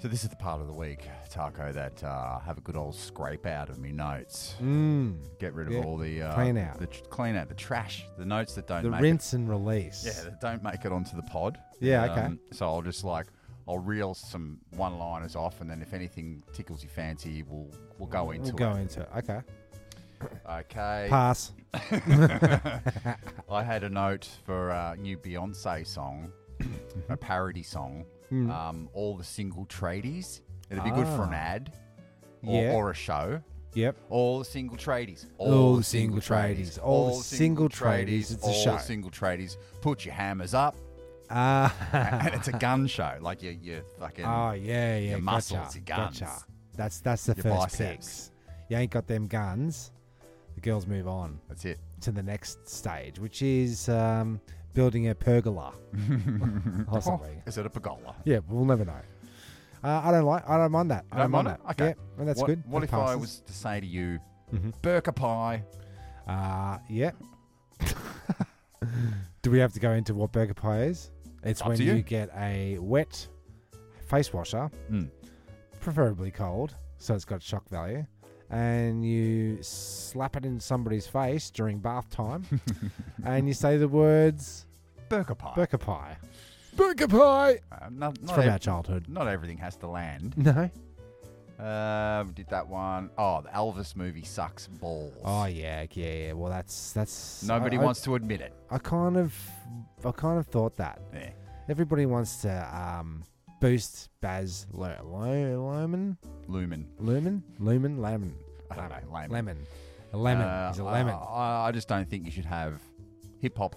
B: So this is the part of the week, Taco, that uh, have a good old scrape out of me notes.
C: Mm.
B: Get rid of
C: Yeah,
B: all the uh,
C: clean out.
B: the tr- clean out, the trash, the notes that don't
C: The
B: make
C: rinse and release.
B: It, yeah, that don't make it onto the pod. Um,
C: Yeah, okay.
B: So I'll just like I'll reel some one-liners off, and then if anything tickles your fancy, we'll we'll go into
C: we'll go
B: it.
C: into it. Okay.
B: Okay.
C: Pass.
B: I had a note for a new Beyonce
C: (coughs)
B: song, a parody song.
C: Hmm.
B: Um, all the single tradies. It'd be good for an ad or,
C: Ah. Yeah.
B: or a show.
C: Yep.
B: (laughs) All the single tradies.
C: All the single tradies. All the single tradies. It's a
B: all
C: show.
B: single tradies. Put your hammers
C: (laughs)
B: up.
C: Ah.
B: and it's a gun show. Like your, your fucking.
C: oh yeah, yeah.
B: your muscles,
C: gotcha,
B: your guns.
C: Gotcha. That's that's the
B: Your
C: first
B: biceps.
C: picks. You ain't got them guns. The girls move on
B: That's it.
C: to the next stage, which is um, building
B: (laughs)
C: a pergola. Possibly.
B: Is it a pergola?
C: Yeah, we'll never know. Uh, I don't like. I don't mind that. I
B: You
C: don't mind
B: mind it?
C: that.
B: Okay.
C: Yeah, well, that's
B: what,
C: good.
B: What
C: That
B: if I
C: passes.
B: was to say to you,
C: Mhm.
B: burka pie?
C: Uh, yeah. (laughs) Do we have to go into what burger pie is? It's
B: Up
C: when
B: to
C: you.
B: you.
C: get a wet face washer,
B: Mm.
C: preferably cold, so it's got shock value, and you slap it in somebody's face during
B: (laughs)
C: bath time, and you say the words
B: Burka pie.
C: burger pie. Burger pie!
B: Uh, not,
C: It's
B: not,
C: from
B: ev-
C: our childhood.
B: not everything has to land.
C: No?
B: Um, did that one. Oh, the Elvis movie sucks balls.
C: Oh, yeah, yeah, yeah. Well, that's. that's.
B: Nobody
C: I,
B: wants to admit it.
C: I, I kind of. I kind of thought that.
B: Yeah.
C: Everybody wants to um, boost Baz Lu- Lu- Luhrmann?
B: Lumen.
C: Lumen? Lumen? Lemon.
B: I don't know. Lame.
C: Lemon. A lemon.
B: Uh,
C: He's a lemon.
B: I, I- I just don't think you should have hip hop,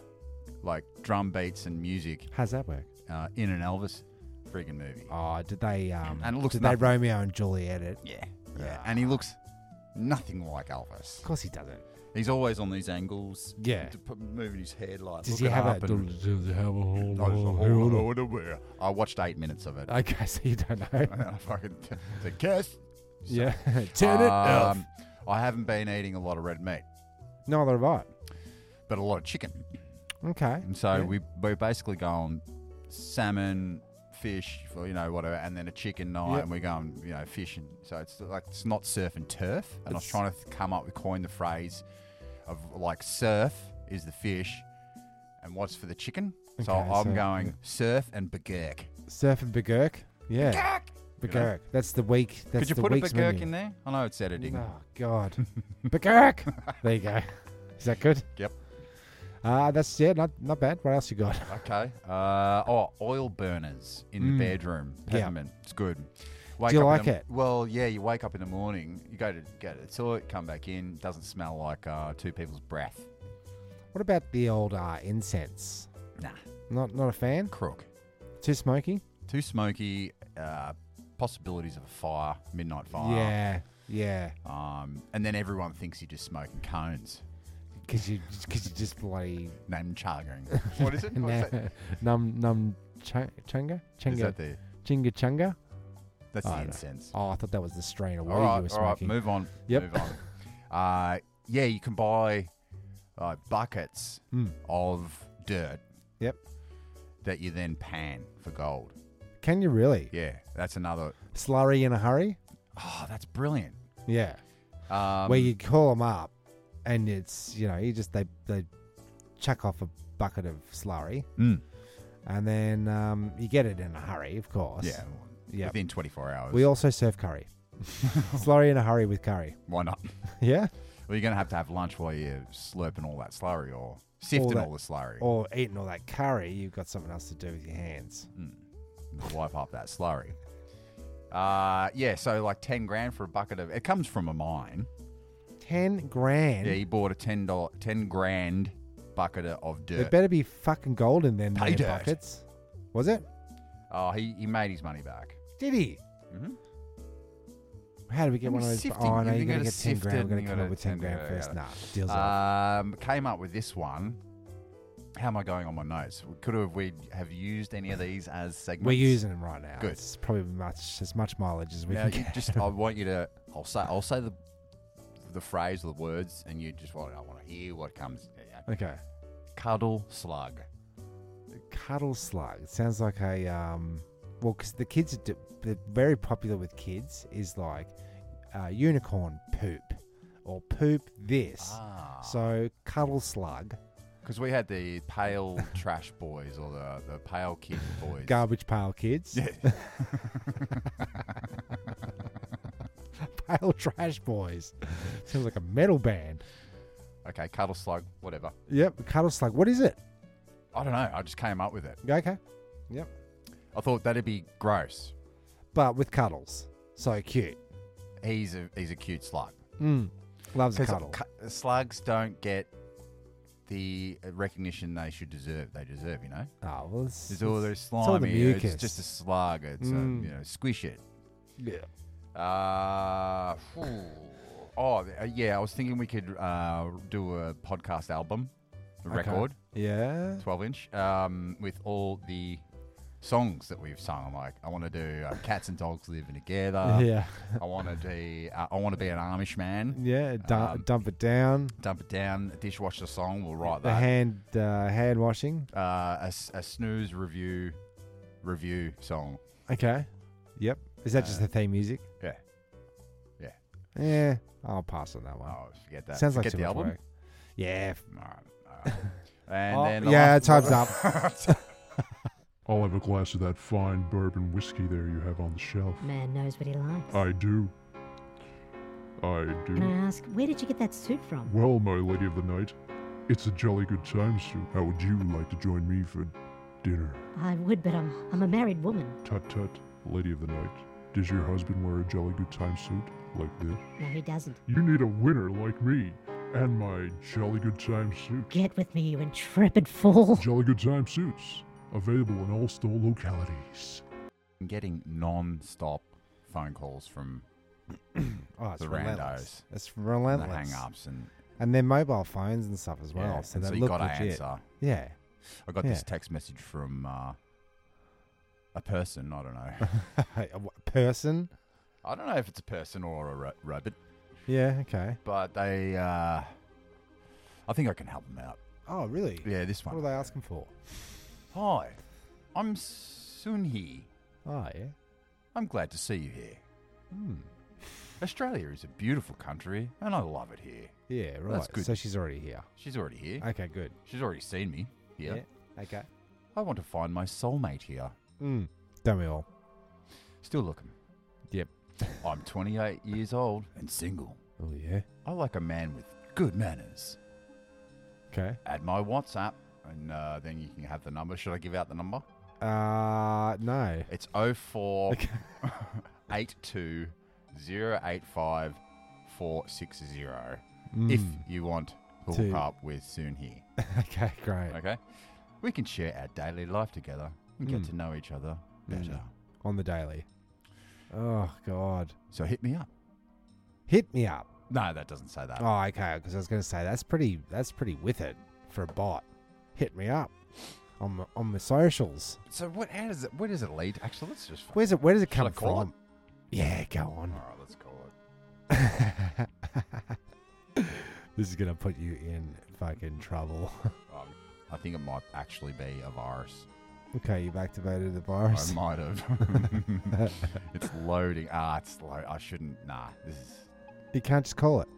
B: like drum beats and music,
C: How's that work?
B: uh, in an Elvis friggin' movie.
C: Oh, did they um
B: And it looks
C: did
B: nothing.
C: they Romeo and Juliet it?
B: Yeah. Yeah. And he looks nothing like Elvis.
C: Of course he doesn't.
B: He's always on these angles.
C: Yeah.
B: d- p- Moving his head like.
C: Does he
B: looking
C: have
B: up
C: a
B: and-
C: does he have a whole-
B: I was like,
C: whole-
B: "Hold on, hold on." I watched eight minutes of it.
C: Okay, (laughs) so you
B: (laughs)
C: don't know.
B: and I fucking said, "Kiss."
C: yeah. (laughs) Turn it off.
B: Um, I haven't been eating a lot of red meat,
C: Neither have I.
B: but a lot of chicken.
C: Okay.
B: And so
C: Yeah.
B: we we're basically going salmon, fish, or, you know, whatever, and then a chicken night,
C: Yep.
B: and we're going, you know, fishing. So it's like it's not surf and turf. And I was
C: It's-
B: trying to th- come up with coin the phrase of like surf is the fish, and what's for the chicken? So
C: Okay,
B: I'm
C: so-
B: going surf and begirk.
C: Surf and Begurk. Yeah.
B: You know?
C: Begurk. That's the week. That's
B: Could you
C: the
B: put a
C: week's
B: begirk
C: menu.
B: in there? I know it's editing.
C: Oh,
B: (laughs)
C: God. Begurk! There you go. Is that good?
B: Yep.
C: Uh, that's, yeah, not, not bad. What else you got?
B: Okay. Uh, oh, oil burners in
C: Mm.
B: the bedroom.
C: Yeah.
B: Peppermint. It's good. Wake
C: you
B: up in
C: like
B: the-
C: it?
B: Well, yeah. You wake up in the morning. You go to go to the toilet. Come back in. Doesn't smell like uh, two people's breath.
C: What about the old uh, incense?
B: Nah.
C: Not not a fan?
B: Crook.
C: Too smoky?
B: Too smoky. Uh, possibilities of a fire. Midnight fire.
C: Yeah. Yeah.
B: Um, and then everyone thinks you're just smoking cones.
C: Because you, cause you just bloody...
B: Name
C: (laughs)
B: chugging. What is it? What is that?
C: num, num, chung, chunga? Chunga?
B: Is that the?
C: Chinga chunga?
B: That's
C: I
B: the
C: don't-
B: incense.
C: Oh, I thought that was the strain of weed
B: All right,
C: you were
B: all right,
C: smoking.
B: move on.
C: Yep.
B: Move
C: (laughs)
B: on. Uh, yeah, you can buy uh, buckets
C: Mm.
B: of dirt
C: Yep.
B: that you then pan for gold.
C: Can you really?
B: Yeah, that's another.
C: Slurry in a hurry?
B: Oh, that's brilliant.
C: Yeah.
B: Um,
C: Where you call them up and it's, you know, you just, they, they chuck off a bucket of slurry
B: Mm.
C: and then um, you get it in a hurry, of course.
B: yeah,
C: Yep.
B: within 24 hours.
C: We also
B: (laughs)
C: serve curry. slurry in a hurry with curry.
B: Why not? (laughs)
C: Yeah?
B: Well, you're going to have to have lunch while you're slurping all that slurry or sifting all,
C: that-
B: the slurry.
C: Or eating all that curry, you've got something else to do with your hands.
B: Mm. wipe up that slurry. Uh, yeah, so like 10 grand for a bucket of. It comes from a mine.
C: 10 grand.
B: Yeah, he bought a ten dollar, ten grand bucket of
C: There
B: dirt.
C: better be fucking gold in them
B: Pay
C: there
B: dirt.
C: buckets. Was it?
B: Oh, he, he made his money back.
C: Did he? Mm-hmm.
B: Mhm.
C: How do we get
B: And
C: one of
B: we
C: those?
B: sift it,
C: Oh, no,
B: you gotta
C: you're going to get 10
B: sift it
C: grand. We're
B: and
C: going
B: you
C: to come
B: gotta
C: up with 10
B: 10
C: grand
B: grand,
C: first.
B: yeah.
C: Nah, deal's off.
B: Um, came up with this one. How am I going on my notes? Could have we have used any of these as segments?
C: We're using them right now.
B: Good.
C: It's probably much as much mileage as we
B: Now,
C: can
B: you
C: get.
B: just I want you to. I'll say I'll say the the phrase or the words, and you just want I want to hear what comes. yeah, yeah.
C: (laughs) okay.
B: Cuddle slug.
C: Cuddle slug. It sounds like a um. Well, because the kids are d- they're very popular with kids is like uh, unicorn poop or poop this.
B: Ah,
C: So cuddle slug,
B: because we had the
C: (laughs)
B: pale trash boys or the the pale kid boys.
C: garbage pail kids, (laughs)
B: Yeah.
C: pail trash (laughs) boys. Sounds like a metal band.
B: okay, cuddle slug, whatever.
C: Yep, cuddle slug. What is it?
B: I don't know. I just came up with it.
C: Okay. Yep.
B: I thought that'd be gross.
C: But with cuddles, so cute.
B: He's a he's a cute slug.
C: Mm. Loves a cuddle.
B: cu- slugs don't get the recognition they should deserve. They deserve, you know.
C: oh well, it's,
B: It's all those
C: it's- it's
B: slimy.
C: all the mucus.
B: It's just a slug. It's
C: Mm.
B: a, you know, squish it.
C: yeah.
B: Uh, phew. oh th- uh, yeah. I was thinking we could uh, do a podcast album, a
C: Okay.
B: record,
C: Yeah.
B: twelve inch, um, with all the songs that we've sung. I'm like, I want to do uh, cats and dogs living together.
C: (laughs) yeah.
B: I want to be. Uh, I want to be an Amish man.
C: Yeah, du-
B: Um,
C: dump it down.
B: Dump it down. Dishwasher song. We'll write
C: The
B: that.
C: hand uh, hand washing.
B: uh, a, s- a snooze review, review song.
C: Okay. Yep. Is that just the theme music?
B: Uh, Yeah.
C: Yeah. I'll pass on that one.
B: Oh, forget that.
C: Sounds like
B: forget
C: too
B: the
C: much
B: album.
C: work. Yeah. f-
B: All right. All right.
C: (laughs)
B: And
C: Oh,
B: then the
C: yeah,
B: last-
C: time's
B: (laughs)
C: up.
G: I'll have a glass of that fine bourbon whiskey there you have on the shelf.
K: Man knows what he likes.
D: Oh,
G: I do. I
K: Can
G: do.
K: I ask, where did you get that suit from?
G: Well, my lady of the night, it's a jolly good time suit. How would you like to join me for dinner?
K: I would, but I'm, I'm a married woman.
G: Tut tut, lady of the night. Does your husband wear a jolly good time suit like this?
K: No, he doesn't.
G: You need a winner like me and my jolly good time suit.
K: Get with me, you intrepid fool.
G: Jolly Good Time Suits, available in all store localities.
B: I'm getting non-stop phone calls from
C: Oh, it's
B: The
C: relentless.
B: randos.
C: It's
B: the
C: relentless.
B: hang-ups and
C: And their mobile phones and stuff as well.
B: yeah,
C: so
B: and
C: they
B: you
C: look
B: got to
C: legit.
B: answer.
C: Yeah. (laughs)
B: I got this
C: Yeah.
B: text message from uh, a person. I don't know.
C: A w- Person.
B: I don't know if it's a person or a ro- robot,
C: Yeah. Okay.
B: but they. Uh, I think I can help them out.
C: Oh, really?
B: Yeah, this
C: What
B: one.
C: are they asking for?
B: Hi, I'm Sunhi.
C: Oh, yeah.
B: I'm glad to see you here.
C: Hmm.
B: Australia is a beautiful country, and I love it here.
C: Yeah. Right.
B: That's good.
C: So she's already here.
B: She's already here.
C: Okay. Good.
B: She's already seen me. Yeah.
C: Okay.
B: I want to find my soulmate here.
C: Mm. Don't we all?
B: Still looking. Yep. I'm 28 years old and single.
C: Oh, yeah.
B: I like a man with good manners.
C: Okay.
B: Add my WhatsApp, and uh, then you can have the number. Should I give out the number?
C: Uh, no.
B: It's
C: Oh.
B: 04
C: (laughs)
B: 82 085 460 if
C: Mm.
B: you want to hook
C: To-
B: up with Soon Here.
C: Okay, great.
B: Okay? We can share our daily life together and get
C: Mm.
B: to know each other better.
C: Mm. On the daily. Oh, God.
B: So hit me up.
C: Hit me up.
B: No, that doesn't say that.
C: Oh, okay. Because I was going to say that's pretty. That's pretty with it for a bot. Hit me up on the, on the socials.
B: So what? How does it? Where does it lead? Actually, let's just. fucking-
C: Where's it? Where does it
B: Shall I
C: come
B: call it?
C: from? Yeah, go on.
B: All right, let's call it.
C: This is gonna put you in fucking trouble. (laughs)
B: Um, I think it might actually be a virus.
C: okay, you've activated the
B: I
C: virus.
B: might (laughs) have. it's loading. Ah, it's low. I shouldn't. Nah, this is.
C: (laughs) You can't just call it.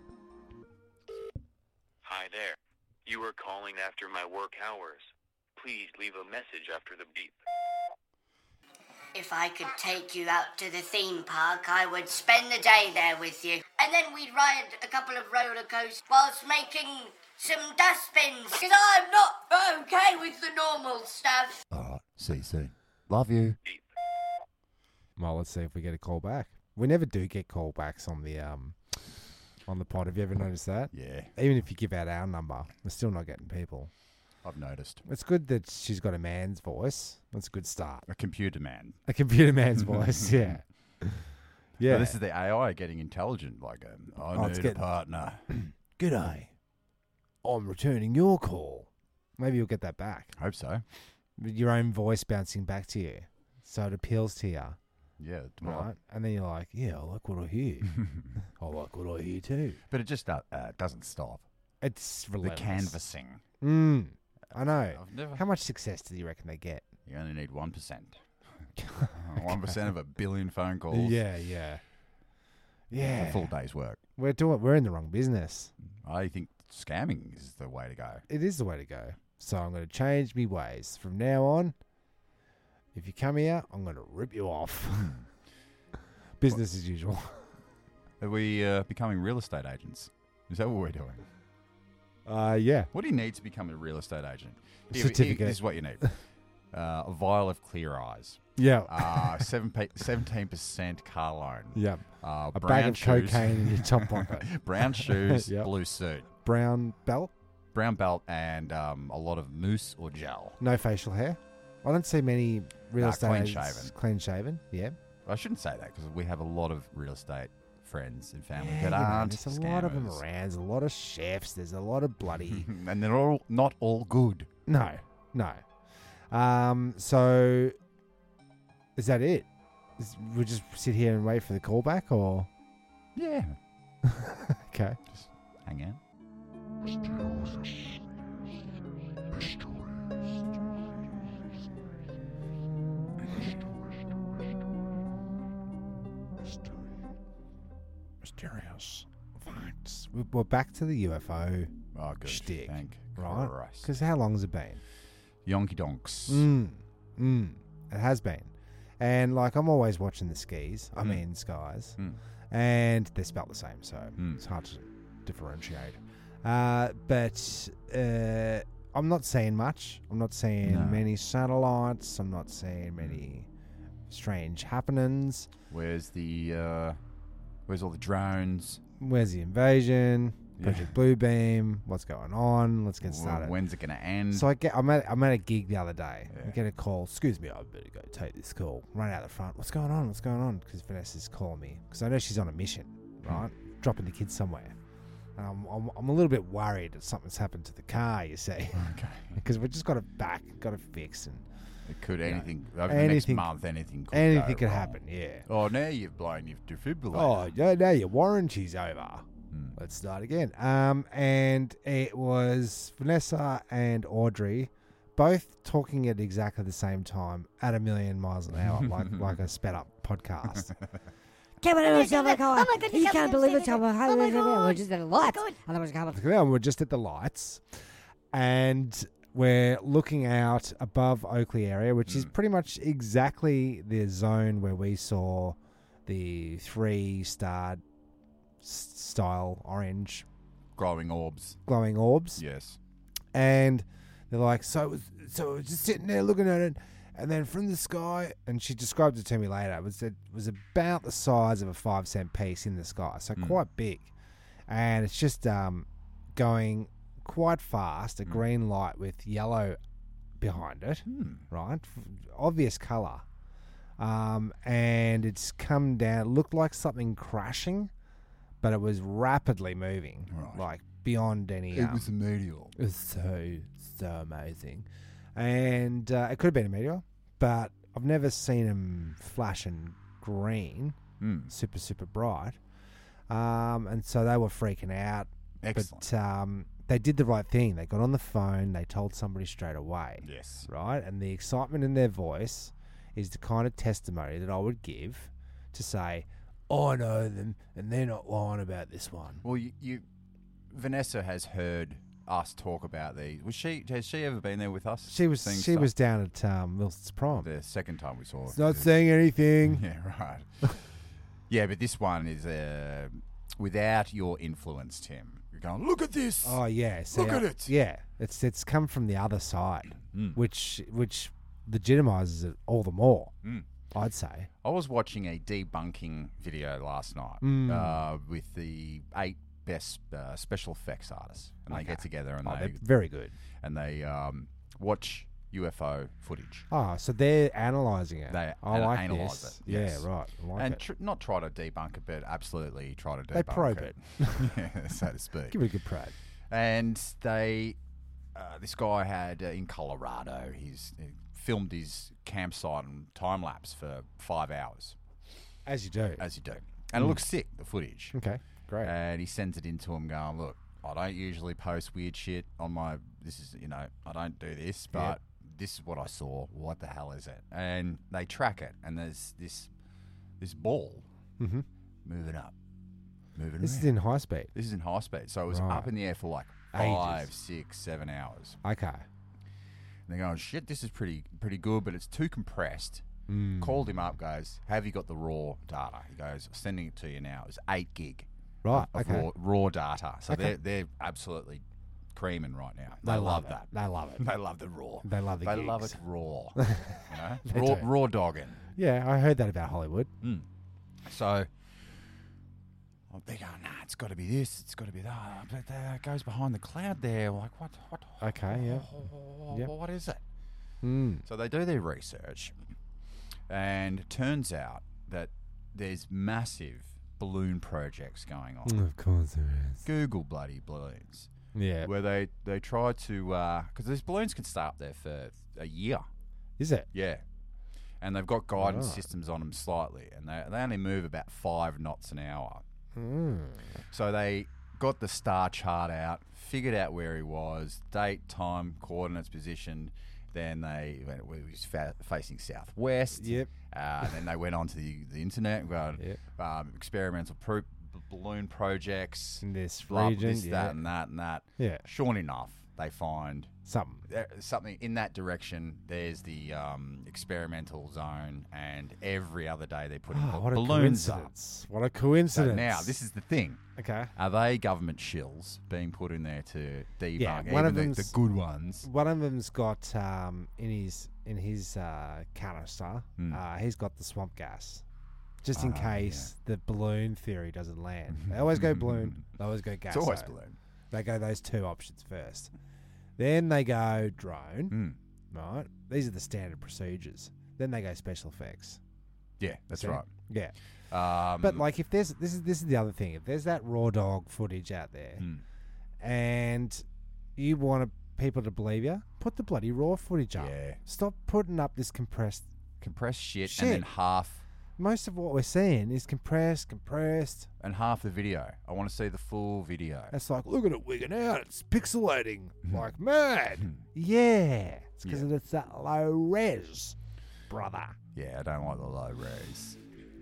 L: Hi there. You are calling after my work hours. Please leave a message after the beep.
E: If I could take you out to the theme park, I would spend the day there with you. And then we'd ride a couple of roller coasters whilst making some dustbins. Because I'm not okay with the normal stuff.
B: All right. See you soon. Love you.
C: Well, let's see if we get a call back. We never do get callbacks on the um on the pod. Have you ever noticed that?
B: Yeah.
C: Even if you give out our number, we're still not getting people.
B: I've noticed.
C: It's good that she's got a man's voice. That's a good start.
B: A computer man.
C: A computer man's (laughs) voice, yeah. Yeah.
B: But this is the AI getting intelligent. Like, um, I
C: Oh,
B: need
C: it's
B: a
C: getting-
B: (clears throat) partner.
C: G'day. I'm returning your call. Maybe you'll get that back.
B: Hope so.
C: With Your own voice bouncing back to you. So it appeals to you.
B: Yeah.
C: Right.
B: Tomorrow.
C: And then you're like, yeah, I like what
B: (laughs)
C: I hear. I like what I hear too.
B: But it just uh, uh, doesn't stop.
C: It's relentless.
B: The canvassing.
C: Mm, I know.
B: I've never-
C: How much success do you reckon they get?
B: You only need one (laughs) percent. One percent of a billion phone calls.
C: Yeah, yeah. Yeah.
B: A full day's work.
C: We're doing. We're in the wrong business.
B: I think scamming is the way to go.
C: It is the way to go. So I'm going to change me ways from now on. If you come here, I'm going to rip you off.
B: Hmm.
C: (laughs) business as
B: (laughs)
C: usual.
B: Are we uh, becoming real estate agents? Is that what we're doing?
C: Uh, yeah.
B: What do you need to become a real estate agent? Here- here-
C: Certificate.
B: this is what you need. (laughs) Uh, a vial of clear eyes.
C: Yeah.
B: Uh, seven pe- (laughs) 17% car loan.
C: Yep.
B: Uh,
C: a
B: brown
C: bag of
B: shoes. (laughs)
C: cocaine in your top pocket.
B: brown shoes,
C: Yep.
B: blue suit,
C: Brown belt.
B: brown belt, and um, a lot of mousse or gel.
C: No facial hair. I don't see many real
B: Nah,
C: estate
B: clean
C: agents-
B: shaven.
C: Clean shaven. Yeah.
B: I shouldn't say that because we have a lot of real estate friends and family
C: Yeah,
B: that
C: you know,
B: aren't
C: There's a lot of them
B: scammers.
C: around. There's a lot of chefs. There's a lot
B: (laughs)
C: of bloody.
B: and they're all not all good.
C: no, no. Um, so is that it? Is, we just sit here and wait for the callback, or
B: Yeah.
C: okay?
B: Hang on.
C: Mysterious facts. We- We're back to the UFO
B: Oh, good.
C: shtick,
B: Thank
C: right?
B: Christ.
C: Because how long has it been?
B: Yonky donks.
C: Mm, mm, it has been. And like I'm always watching the skis. I mean skies,
B: Mm.
C: and they're spelled the same, so
B: Mm.
C: it's hard to differentiate. Uh, but uh, I'm not seeing much. I'm not seeing
B: No. Mm.
C: many satellites. I'm not seeing many strange happenings.
B: Where's the uh, where's all the drones?
C: Where's the invasion?
B: Yeah.
C: Project Bluebeam. What's going on? Let's get
B: Wh-
C: started.
B: When's it gonna end?
C: So I get, I'm at, I'm at a gig the other day. I
B: Yeah.
C: get a call. Excuse me, I better go take this call. Run out the front. What's going on? What's going on? Because Vanessa's calling me because I know she's on a mission,
B: Hmm.
C: right? Dropping the kids somewhere. And I'm, I'm, I'm a little bit worried that something's happened to the car. You
B: (laughs)
C: see, (laughs)
B: okay.
C: because we just got it back, got it fixed, and
B: It could anything over
C: Anything-
B: the next month. Anything. Could
C: anything
B: go
C: could
B: wrong.
C: happen. Yeah.
B: Oh, now you've blown your defibrillator.
C: Oh, yeah, now your warranty's over. Let's start again. Um, and it was Vanessa and Audrey both talking at exactly the same time at a million miles an hour, like like a sped up podcast.
J: Can't believe it's
K: Oh my
J: over.
K: God. Oh my God.
J: You can't believe it's over.
K: Oh my God.
J: We're just at a lot. Otherwise, come
C: Look at that, We're just at the lights, and We're looking out above Oakley area, which is pretty much exactly the zone where we saw the three starred s- style orange
B: glowing orbs.
C: glowing orbs.
B: Yes.
C: And they're like, so it was, so it was just sitting there looking at it, and then from the sky, and she described it to me later. It was it was about the size of a five cent piece in the sky, so
B: Mm.
C: quite big, and it's just um, going quite fast.
B: Mm.
C: A green light with yellow behind it,
B: Hmm.
C: right? F- Obvious color. Um, and it's come down. It looked like something crashing, but it was rapidly moving, like beyond any.
B: It
C: um,
B: was a meteor.
C: it was so so amazing, and uh, it could have been a meteor, but I've never seen them flashing green,
B: Hmm.
C: super super bright, um, and so they were freaking out.
B: Excellent.
C: But um, they did the right thing. They got on the phone. They told somebody straight away.
B: Yes.
C: Right, and the excitement in their voice is the kind of testimony that I would give to say, "I know them, and they're not lying about this one."
B: Well, you, you, Vanessa has heard us talk about these. Was she? Has she ever been there with us?
C: She was
B: Seeing
C: she
B: stuff?
C: was down at um, Wilson's prom.
B: the second time we saw.
C: It's
B: her. (laughs)
C: not saying anything.
B: Yeah, right. yeah, but this one is uh, without your influence, Tim. You're going. Look at this.
C: Oh yeah, see,
B: look at
C: I-
B: it.
C: Yeah, it's it's come from the other side,
B: Mm.
C: which which legitimizes it all the more.
B: Mm.
C: I'd say.
B: I was watching a debunking video last night
C: Mm.
B: uh, with the eight best uh, special effects artists, and they
C: Okay.
B: get together and
C: Oh,
B: they
C: they're very good.
B: and they um, watch UFO footage.
C: Ah, so they're analyzing it.
B: They
C: I
B: an-
C: like
B: analyze
C: this.
B: it. yes.
C: Yeah, right. I like
B: and
C: it.
B: Tr- not try to debunk it, but absolutely try to debunk
C: They probe
B: it,
C: it.
B: (laughs)
C: (laughs)
B: Yeah, so to speak.
C: Give it a good probe.
B: And they, uh, this guy had uh, in Colorado, he's he filmed his campsite and time lapse for five hours,
C: As you do.
B: as you do, and it
C: Mm.
B: looks sick. The footage.
C: Okay, Hmm, great.
B: And he sends it in to him, going, "Look, I don't usually post weird shit on my. This is, you know, I don't do this, but this is what I saw. What the hell is it?" And they track it, and there's this this ball
C: Mm-hmm.
B: moving up, moving.
C: This is
B: around.
C: in high speed.
B: This is in high speed, so it was
C: Right.
B: up in the air for like
C: Ages.
B: five, six, seven hours.
C: Okay.
B: And they're going, "Shit, this is pretty pretty good, but it's too compressed."
C: Mm.
B: Called him up, goes, "Have you got the raw data?" He goes, "I'm "Sending it to you now. It's eight gig."
C: Right,
B: of
C: Oh, okay.
B: raw, raw data. So
C: Okay.
B: they're they're absolutely creaming right now. They,
C: They
B: love,
C: love it.
B: that.
C: They love
B: (laughs)
C: it.
B: They love the raw.
C: They love the
B: They love
C: gigs.
B: it raw.
C: (laughs) They
B: you know? raw,
C: do.
B: raw dogging.
C: Yeah, I heard that about Hollywood.
B: Mm. So they go, nah, it's got to be this. It's got to be that. But that goes behind the cloud there. Like what? What?
C: Okay, Oh, yeah. Yep.
B: What is it? Oh.
C: Mm.
B: So they do their research, and it turns out that there's massive balloon projects going on.
C: Of course there is.
B: Google bloody balloons.
C: Yeah.
B: Where they, they try to, because these balloons can stay up there for a year.
C: Is it?
B: Yeah. And they've got guidance
C: Right.
B: systems on them slightly, and they, they only move about five knots an hour.
C: Hmm.
B: So they got the star chart out, figured out where he was, date, time, coordinates, position. Then they went, well, he was fa- facing southwest.
C: Yep.
B: Uh, then they went onto the, the internet and got um, experimental pro- b- balloon projects.
C: this
B: blah,
C: Mm. region,
B: This,
C: yeah.
B: that, and that, and that.
C: Yeah.
B: Sure enough, they find
C: Something.
B: there- something in that direction. There's the um, experimental zone, and every other day they put in
C: Ah,
B: ba-
C: what a
B: balloons up.
C: coincidence. What a
B: So
C: coincidence.
B: now, this is the thing.
C: Okay.
B: Are they government shills being put in there to debug
C: Yeah,
B: even
C: one of
B: the- the,
C: them's-
B: good ones?
C: One of them's got um, in his in his uh, canister.
B: Mm.
C: Uh, he's got the swamp gas, just in
B: Ah,
C: case the balloon theory doesn't land. They always
B: (laughs)
C: go balloon. They always go gas.
B: always
C: though.
B: balloon.
C: They go those two options first. Then they go drone.
B: Mm.
C: Right. These are the standard procedures. Then they go special effects.
B: Yeah, that's
C: See?
B: right.
C: Yeah.
B: Um,
C: But like, if there's this is this is the other thing. If there's that raw dog footage out there,
B: Mm.
C: and you want people to believe you, put the bloody raw footage up.
B: Yeah.
C: Stop putting up this compressed.
B: compressed shit,
C: Shit.
B: and then half
C: Most of what we're seeing is compressed, compressed.
B: and half the video. I want to see the full video.
C: It's like, look at it wigging out. It's pixelating
B: Hmm.
C: like mad. yeah. It's because it's that low res, brother.
B: Yeah, I don't like the low res.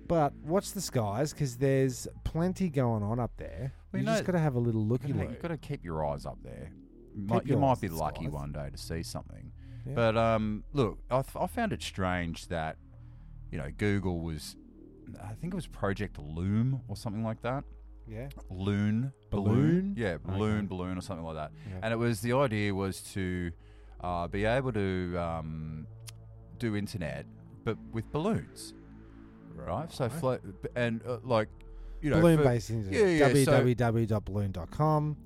C: But watch the skies because there's plenty going on up there.
B: Well,
C: you
B: you
C: just
B: know-
C: got to have a little looky
B: You know,
C: look.
B: You've got to keep your eyes up there. might,
C: Keep
B: you might
C: yours,
B: be
C: it's
B: lucky
C: nice.
B: one day to see something.
C: Yeah.
B: But um, look, I, f- I found it strange that you know Google was, I think it was Project Loom or something like that.
C: Yeah.
B: Loon
C: Balloon?
B: Yeah, balloon,
C: Okay.
B: balloon, or something like that.
C: Yeah.
B: And it was the idea was to uh, be able to um, do internet, but with balloons, right? So
C: Right.
B: float and uh, like you know
C: balloon
B: for-
C: based things.
B: Yeah, yeah.
C: E
B: so-
C: www.balloon.com.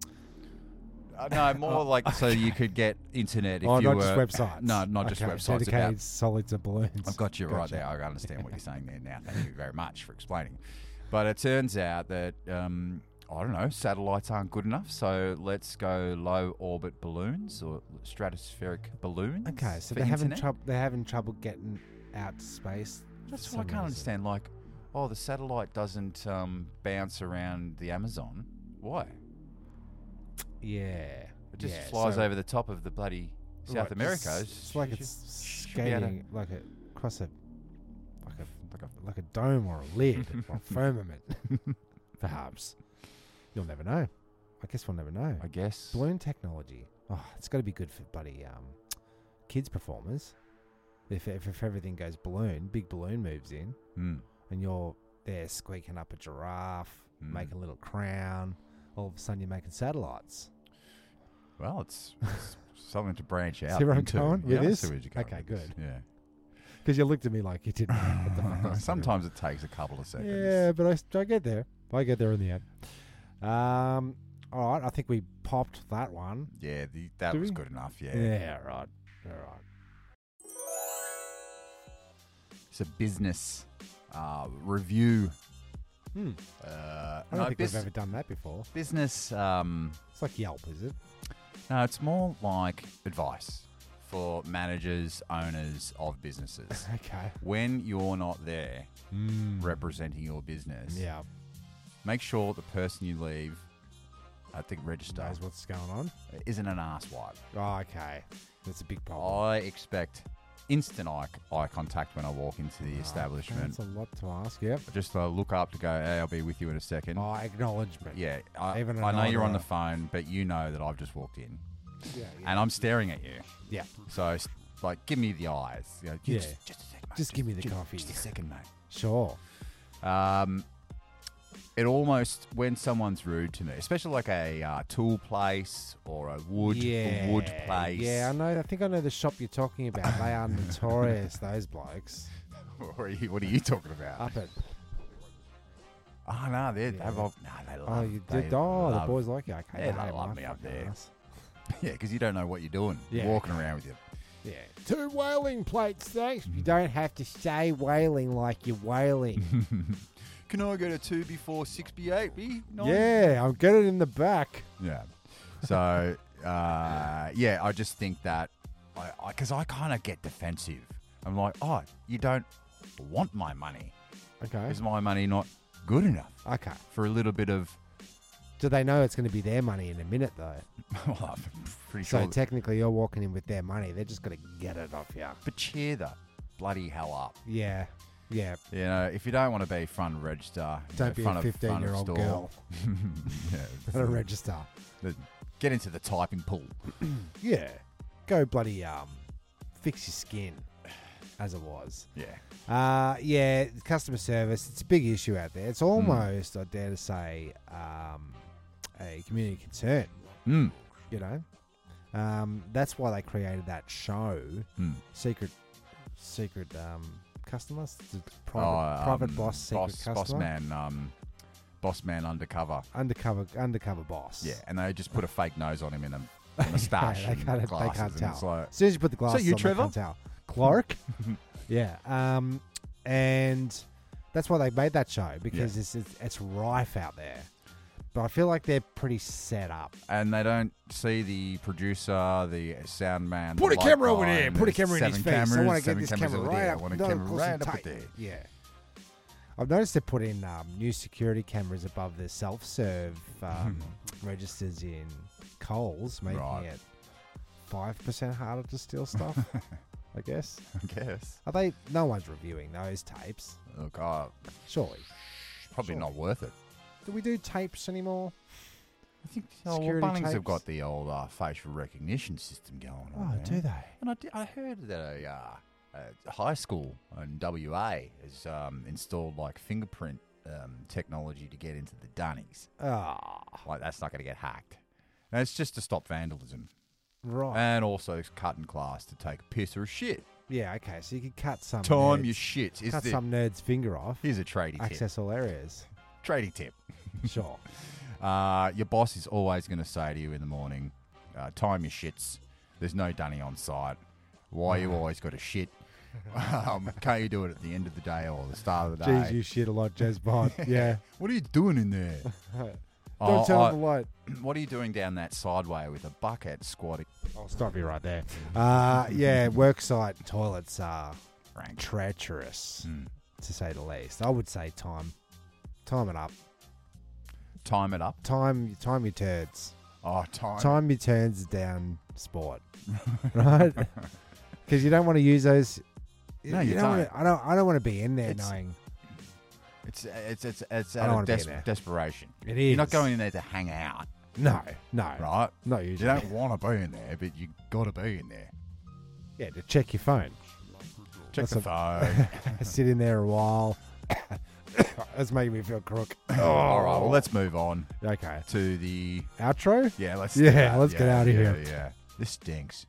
B: uh, no, more like so you could get internet if
C: Oh,
B: you
C: not just
B: were- (laughs)
C: websites.
B: No, not just
C: Okay,
B: websites. about-
C: Dedicated solely to balloons.
B: I've got you right
C: Gotcha.
B: there. I understand
C: (laughs)
B: what you're saying there now. Thank you very much for explaining. But it turns out that um, I don't know, satellites aren't good enough. So let's go low orbit balloons or stratospheric balloons.
C: Okay, so
B: for
C: they're having
B: internet.
C: trouble. They're having trouble getting out to space.
B: That's
C: for
B: what I
C: some
B: can't
C: reason.
B: understand. Like, oh, the satellite doesn't um, bounce around the Amazon. Why?
C: Yeah,
B: It just
C: yeah,
B: flies
C: so-
B: over the top of the bloody South
C: Right,
B: America.
C: It's, it's like it's
B: be able to-
C: skating, like a across a like a like a like a dome or
B: (laughs)
C: a lid or a firmament, (laughs) perhaps. You'll never know. I guess we'll never know. I
B: guess
C: balloon technology. Oh, it's got to be good for buddy um, kids performers. If, if if everything goes balloon, big balloon moves in,
B: Mm.
C: and you're there squeaking up a giraffe,
B: Mm.
C: making a little crown. All of a sudden, you're making satellites.
B: Well,
C: (laughs)
B: it's, it's something to branch out.
C: See where I'm
B: into.
C: going with
B: yeah, I
C: this?
B: see where you're going
C: Okay,
B: with this.
C: good. (laughs)
B: Yeah.
C: Because you looked at me like you didn't. know what the fuck I was
B: (laughs)
C: doing.
B: Sometimes it takes a couple of seconds.
C: Yeah, but I, s- I get there. I get there in the end. Um, all right, I think we popped that one.
B: Yeah, the, that
C: Do
B: was
C: we?
B: good enough. Yeah.
C: Yeah, right. All right.
B: It's a business uh, review.
C: Hmm.
B: Uh,
C: I don't
B: no,
C: think
B: bus-
C: we've ever done that before.
B: business. Um,
C: It's like Yelp, is it? (laughs)
B: no, it's more like advice for managers, owners of
C: (laughs)
B: businesses.
C: Okay.
B: When you're not there Hmm. representing your business,
C: Yeah.
B: make sure the person you leave at the register
C: Knows what's going on.
B: isn't an asswipe.
C: Oh, okay. That's a big problem.
B: I expect instant eye, eye contact when I walk into
C: Ah,
B: the establishment.
C: That's a lot to ask. Yep.
B: Just uh, look up to go, hey, I'll be with you in a second.
C: Oh, acknowledgement.
B: Yeah, I,
C: Even
B: I know you're on
C: another-
B: the phone, but you know that I've just walked in.
C: Yeah,
B: And I'm staring at you.
C: Yeah.
B: So, s- like, give me the eyes. You know,
C: Yeah.
B: Just, just a second, mate.
C: Just give me the coffee.
B: Just a second, mate.
C: Sure.
B: Um, it almost, when someone's rude to me, especially like a uh, tool place or a wood,
C: yeah.
B: a wood place.
C: Yeah, I know. I think I know the shop you're talking about. They are notorious, those blokes.
B: (laughs) What are you, what are you talking about?
C: Up at
B: Oh no, they
C: Yeah.
B: have no, they love.
C: Oh, you
B: they
C: did. Oh, the
B: love-
C: boys like you. Okay,
B: Yeah,
C: they
B: they
C: like
B: love me
C: my
B: up
C: fucking
B: there.
C: ass.
B: (laughs) Yeah, because you don't know what you're doing.
C: Yeah.
B: Walking around with your
C: Yeah. Two whaling plates, thanks.
B: Mm.
C: You don't have to say whaling like you're
B: (laughs)
C: whaling.
B: Can I get a two before six B eight B?
C: yeah, I'm getting in the back.
B: Yeah. So (laughs) uh, yeah, I just think that I because I, kind of get defensive. I'm like, oh, you don't want my money.
C: Okay.
B: Is my money not good enough
C: Okay.
B: for a little bit of? (laughs)
C: Do they know it's going to be their money in a minute, though?
B: well, I'm pretty
C: So
B: sure.
C: technically, you're walking in with their money. They're just going to get it off you.
B: but cheer the bloody hell up.
C: Yeah. Yeah.
B: You know, if you don't want to be front of register, you know,
C: Don't be
B: front
C: a
B: of- front of
C: 15 year old
B: store.
C: (laughs) girl.
B: yeah,
C: At a register.
B: the- get into the typing pool.
C: Yeah. Go bloody um, fix your skin, as it was.
B: Yeah.
C: Uh, yeah, customer service, it's a big issue out there. It's
B: Hmm.
C: almost, I dare to say, um, a community concern.
B: Mm.
C: You know? Um, that's why they created that show,
B: Hmm.
C: Secret Secret um, Customers, the private,
B: Oh,
C: private
B: um,
C: boss, secret
B: boss,
C: customer.
B: boss man, um, boss man undercover.
C: Undercover, undercover boss.
B: Yeah, and they just put a fake nose on him
C: (laughs)
B: in a, a moustache.
C: they,
B: and
C: can't, they
B: glasses,
C: can't
B: and
C: tell.
B: it's like,
C: as soon as you put the
B: "Is that
C: glasses
B: you,
C: on,
B: Trevor?
C: they can't tell. (laughs) Clark? yeah. Um, and that's why they made that show because it's, it's it's rife out there. But I feel like they're pretty set up.
B: and they don't see the producer, the sound man.
C: Put
B: the
C: a
B: light
C: camera
B: guy,
C: over there.
B: and
C: Put a
B: there's
C: camera in his
B: seven
C: face. I
B: cameras,
C: want to get
B: seven
C: this
B: cameras
C: camera
B: over there,
C: right
B: I
C: up.
B: want a
C: no,
B: camera
C: close
B: right
C: and
B: up
C: tight.
B: there.
C: Yeah. I've noticed they're putting um, new security cameras above the self-serve (laughs) um, registers in Coles, making
B: Right.
C: it five percent harder to steal (laughs) stuff. I guess.
B: I guess.
C: Are they? No one's reviewing those tapes,
B: Look, oh,
C: surely.
B: probably not worth it.
C: Do we do tapes anymore?
B: I think oh, well,
C: Security
B: Bunnings have
C: tapes.
B: got the old uh, facial recognition system going on.
C: Oh, do
B: there.
C: they?
B: And I, di- I heard that a, uh, a high school in WA has um, installed like fingerprint um, technology to get into the dunnies.
C: Ah,
B: Like that's not going to get hacked. And it's just to stop vandalism.
C: Right.
B: And also cutting class to take a piss or a shit.
C: yeah, okay. So you could cut some.
B: Time
C: nerds-
B: your shit is
C: Cut
B: the-
C: some nerd's finger off.
B: Here's a tradie tip.
C: Access all (laughs) areas.
B: Tradie tip.
C: Sure.
B: Uh, your boss is always going to say to you in the morning, uh, time your shits. There's no dunny on site. Why you always got to shit? (laughs) um, can't you do it at the end of the day or the start of the day?
C: Jeez, you shit a lot, Jez (laughs) Bond. Yeah.
B: What are you doing in
C: (laughs)
B: there?
C: Don't
B: Oh,
C: tell
B: I-
C: them the light.
B: What are you doing down that sideway with a bucket squatting?
C: I'll Oh, stop you right there. Uh, yeah, worksite toilets are treacherous, to say the least. I would say time. Time it up.
B: Time it up.
C: Time time your turns.
B: Oh, time.
C: Time your turns down
B: (laughs)
C: sport. right? Because you don't want to use those.
B: No, you
C: wanna-
B: don't.
C: I don't. I don't want to be in there
B: It's-
C: knowing.
B: It's it's it's it's
C: I
B: out
C: don't
B: of
C: wanna be in
B: des-
C: there.
B: desperation.
C: It
B: You're not
C: is.
B: going in there to hang out,
C: No, no,
B: right?
C: no.
B: You
C: Usually,
B: don't want to be in there, but you got to be in there.
C: yeah. To check
B: (laughs)
C: your phone.
B: Check
C: That's
B: the
C: (laughs)
B: phone.
C: Sit in there a while. (coughs) That's making me feel crook. (coughs)
B: Oh, All right,
C: Oh.
B: well, let's move on.
C: Okay.
B: To the
C: Outro?
B: Yeah, let's.
C: Yeah,
B: do that.
C: let's get out
B: yeah,
C: of here.
B: Yeah, this stinks.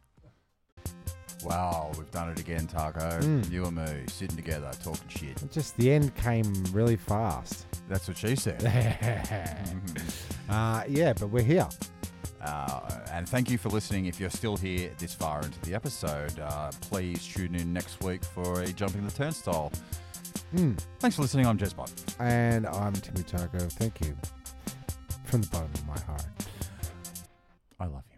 B: Wow, we've done it again, Taco.
C: Mm.
B: You and me sitting together talking shit.
C: Just the end came really fast. (laughs)
B: That's what she said. Mm-hmm.
C: Uh, yeah, but we're here.
B: Uh, and thank you for listening. If you're still here this far into the episode, uh, please tune in next week for a Jumping the Turnstile. Hmm.
C: Mm.
B: Thanks for listening. I'm Jezbot.
C: And I'm Timmy Taco. Thank you from the bottom of my heart.
B: I love you.